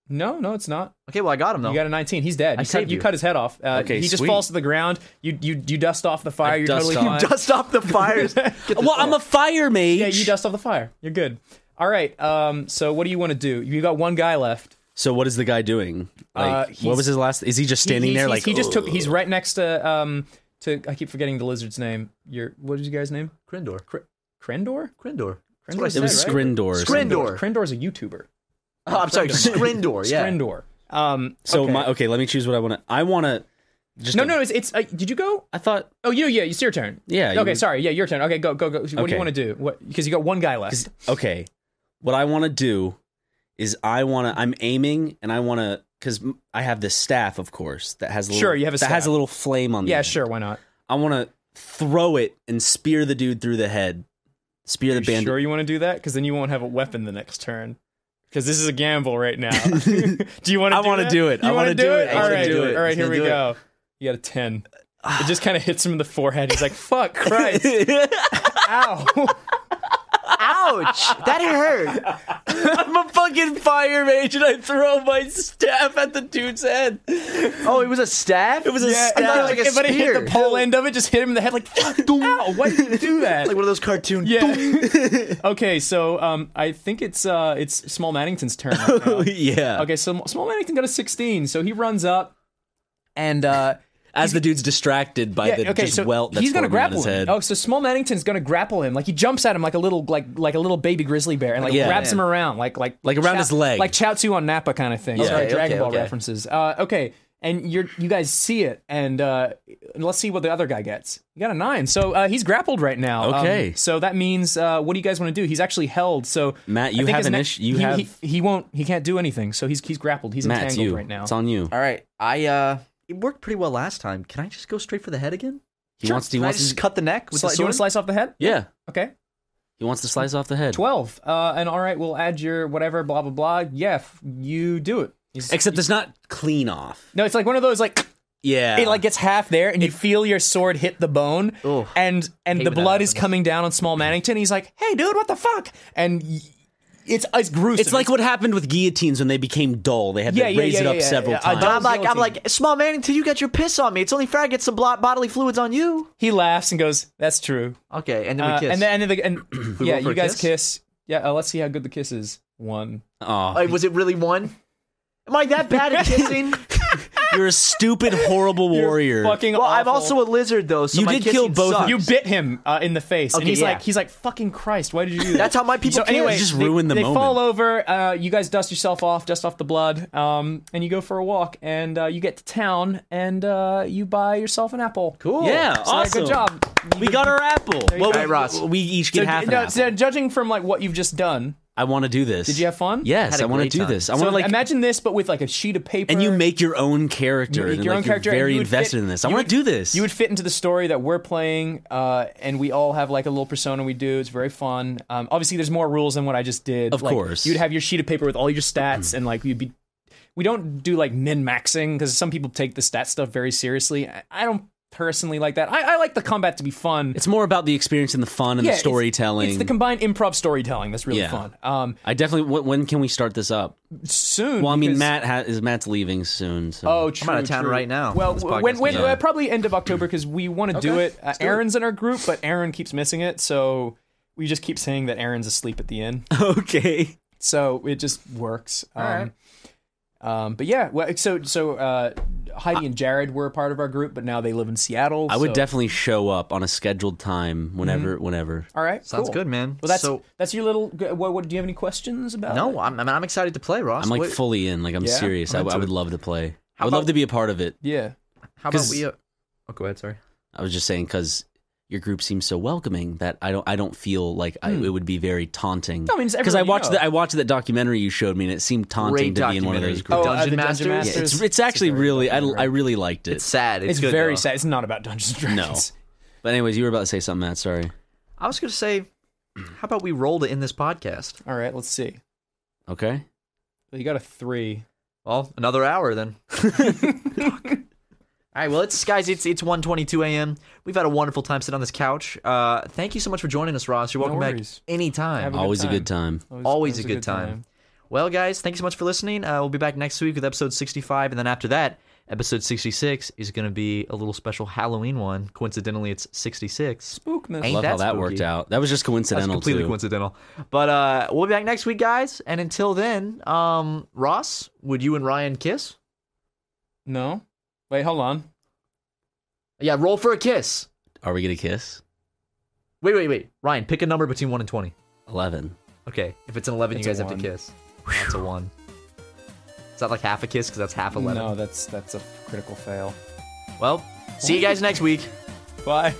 No, no, it's not.
Okay, well I got him though. <laughs>
You got a 19. He's dead. You, cut,
saved
you
you.
cut his head off. Uh,
Okay,
he just
sweet.
falls to the ground. You you you dust off the fire.
I <laughs>
You're
dust
totally
off.
fine.
Dust off the fires.
<laughs>
Get
well, I'm a fire mage.
yeah, you dust off the fire. You're good. All right. Um. So what do you want to do? You got one guy left.
so what is the guy doing? Like,
Uh,
what
he's-
was his last? Is he just standing
He- he's-
there
he's-
like
he just took.
"Ugh."
He's right next to um to I keep forgetting the lizard's name. Your what is your guy's name?
Crindor. Cr-
Krendor.
Crindor. That's
Krindor
what I
It
is
said,
was
dead,
right?
right?
Scrindor. or something.
Scrindor.
Krendor's a YouTuber.
Oh, I'm sorry, Scrindor. Yeah.
Scrindor. Um,
So
okay.
my okay, let me choose what I want to. I want to just
no,
a-
no, it's, it's uh, did you go?
I thought
Oh, you, yeah, it's your turn.
yeah. you
okay,
would-
sorry. Yeah, your turn. Okay, go, go, go. What do
Okay.
you want to do? What? Because you got one guy left.
Okay, what I want to do is I want to. I'm aiming and I want to because I have this staff, of course, that has a little,
Sure, you have a
that has
staff.
a little flame on. the
Yeah,
end.
sure. Why not?
I want to throw it and spear the dude through the head. Spear the bandit.
Sure, you want to do that? Because then you won't have a weapon the next turn. Because this is a gamble
<laughs>
right now. <laughs> do you want to?
I
want
wanna
to
do it. I
You
wanna
want to
do
do
it.
it?
I
All
wanna
right,
do it.
all right.
He's
Here
gonna
we
do it. Ah.
go. You got a ten. It just kind of hits him in the
<laughs>
forehead. He's like, "Fuck Christ, ow!"
Ouch! That hurt.
<laughs> I'm a fucking fire mage and I throw my staff at the dude's head. <laughs>
Oh, it was a staff. It was
a
I thought it was
staff.
like a
If it hit
spear.
the pole end of it, just hit him in the head.
<laughs>
Like, "Fuck, ow! Why did you do that?"
like one of those cartoon.
<laughs> yeah.
<laughs>
okay, so um, I think it's uh, it's Small Mannington's turn.
<laughs>
Right now.
yeah.
Okay, so Small Mannington got a 16, so he runs up and uh
As the dude's distracted by
yeah,
the
okay,
just
so
welt that's
he's gonna
forming on
grapple
his
him.
head.
Oh, so Small Mannington's gonna grapple him. Like he jumps at him like a little like like a little baby grizzly bear and like
Yeah.
wraps him around like like
Like around
Chow-
his leg.
Like Chao Tzu on Nappa kind of thing.
Okay,
Sorry,
okay,
Dragon Ball
okay.
references. Uh okay. And you're you guys see it and uh let's see what the other guy gets. You got a 9. So uh he's grappled right now. Um,
Okay.
so that means uh what do you guys want to do? He's actually held. So
Matt, you
I think
have
his
an
neck-
issue- you
he,
have-
he, he won't he can't do anything. So he's he's grappled. He's
Matt, it's
entangled
you.
right now.
It's on you.
All right, I uh, it worked pretty well last time. Can I just go straight for the head again?
He wants to. He
Can I
wants
just
to
cut the neck with the
Sli- you want
sword?
to slice off the head?
yeah.
Okay.
He wants to slice off the head.
12. Uh, and all right, we'll add your whatever, blah, blah, blah. Yeah, f- you do it. He's-
Except it's not clean off.
no, it's like one of those, like,
Yeah.
it like gets half there and you feel your sword hit the bone
Oof.
and and
Hate
the
when that
blood is
happens.
coming down on small Mannington. He's like, hey, dude, what the fuck? And y- it's, it's gruesome.
It's like what happened with guillotines when they became dull. They had
Yeah,
to
yeah,
raise
yeah,
it up
yeah, yeah,
several
yeah. I
times.
But I'm like, I'm
Guillotine.
like, small man, until you get your piss on me. It's only fair I get some blo- bodily fluids on you.
he laughs and goes, that's true.
Okay, and then we
Uh,
kiss.
and then and, the, and
<clears throat>
yeah,
roll for
you
a
guys
kiss?
kiss. Yeah, uh, let's see how good the kiss is. One.
Aw.
Like, Uh, was it really one? Am I that bad at kissing?
You're a
<laughs>
stupid, horrible warrior.
Fucking
well, I'm
awful.
also a lizard though, so
You
my
did kill
kissing
both of
sucks.
You bit him uh, in the face, and
Okay,
he's
yeah.
like, he's like, "Fucking Christ, why did you do that?"
That's how my people
So
kiss.
anyway,
You just
they,
ruined the
they
moment.
fall over. Uh, you guys dust yourself off, dust off the blood, um, and you go for a walk, and uh, you get to town, and uh, you buy yourself an apple. Cool.
Yeah, awesome.
Good job.
We got our apple. Well,
go.
we,
Hey, Ross.
we each get
So,
half an
no,
apple.
so judging from like what you've just done,
I want to do this.
did you have fun?
Yes,
Had a
I want to
great
do
time.
this. I
So
want to like
imagine this, but with like a sheet of paper,
and you make your own character.
You make
and,
your
like,
own character,
You're
and
very
you would fit-
invested in this. I
you
want
would-
to do this.
you would fit into the story that we're playing, uh, and we all have like a little persona we do. It's very fun. Um, obviously, there's more rules than what I just did.
Of
Like,
course.
you'd have your sheet of paper with all your stats, and like you'd be. We don't do like min maxing because some people take the stat stuff very seriously. I, I don't personally like that. I, I like the combat to be fun.
It's more about the experience and the fun and
Yeah,
the
it's-
storytelling.
It's, the combined improv storytelling that's really
Yeah.
fun. Um,
I definitely. When, when can we start this up?
soon.
Well, I mean,
because-
Matt ha- is Matt's leaving soon. So.
Oh, true,
out of town
true.
right now.
Well,
This
w-
podcast
when, when,
is
uh,
out.
probably end of October because we want to do it. Uh, Aaron's in our group, but Aaron keeps missing it, so we just keep saying that Aaron's asleep at the end. <laughs>
okay.
so it just works. Um, um, but yeah, well, so so uh, Heidi and Jared were a part of our group, but now they live in Seattle.
I would
so- Mm-hmm.
definitely show up on a scheduled time whenever, whenever.
All right,
Sounds
cool.
good, man.
Well, that's uh,
so
that's your little. g- What, what do you have any questions about?
no,
it?
I'm, I mean, I'm excited to play, Ross.
I'm like
What-
fully in. Like I'm
Yeah,
serious. I,
I'm into
I would
it.
love to play. I would love to be a part of it.
yeah.
how about
'cause-
we? Uh, oh, go ahead. Sorry.
I was just saying because your group seems so welcoming that I don't I don't feel like I, it would be very taunting.
Hmm. No, I mean, it's
because I
everyone you
watched
know.
the, I watched that documentary you showed me and it seemed taunting
Great
to be in one of
documentary.
those
Oh,
groups.
uh,
Dungeon
the
Masters?
Dungeon
Yeah,
Masters.
Yeah, it's it's actually really I, I really liked it.
It's sad. It's,
It's
good,
very
though.
sad. It's not about Dungeons and Dragons.
But anyways, you were about to say something, Matt. Sorry.
I was gonna say, how about we roll to end this podcast?
All right, let's see.
Okay.
You got a three.
Well, another hour then.
<laughs>
All right, well, it's guys, it's it's 1:22 a.m. We've had a wonderful time sitting on this couch. Uh, thank you so much for joining us, Ross. You're
No
welcome back
worries.
anytime.
Have a good
Always a good time.
Always a good time. Well, guys, thank you so much for listening. Uh, we'll be back next week with episode 65, and then after that, episode 66 is going to be a little special Halloween one. Coincidentally, it's 66.
Spookmas.
Ain't
Love how
that
that
spooky.
worked out. That was just
That's
coincidental
completely
too.
coincidental. But uh, we'll be back next week, guys. And until then, um, Ross, would you and Ryan kiss?
No. Wait, hold on.
Yeah, roll for a kiss.
Are we gonna kiss?
Wait, wait, wait. Ryan, pick a number between 1 and 20.
Eleven.
Okay, if it's an 11,
It's
you
a
guys have to
one.
kiss. That's a 1. Is that like half a kiss? Because that's half 11.
No, that's that's a critical fail.
Well, see you guys next week.
Bye.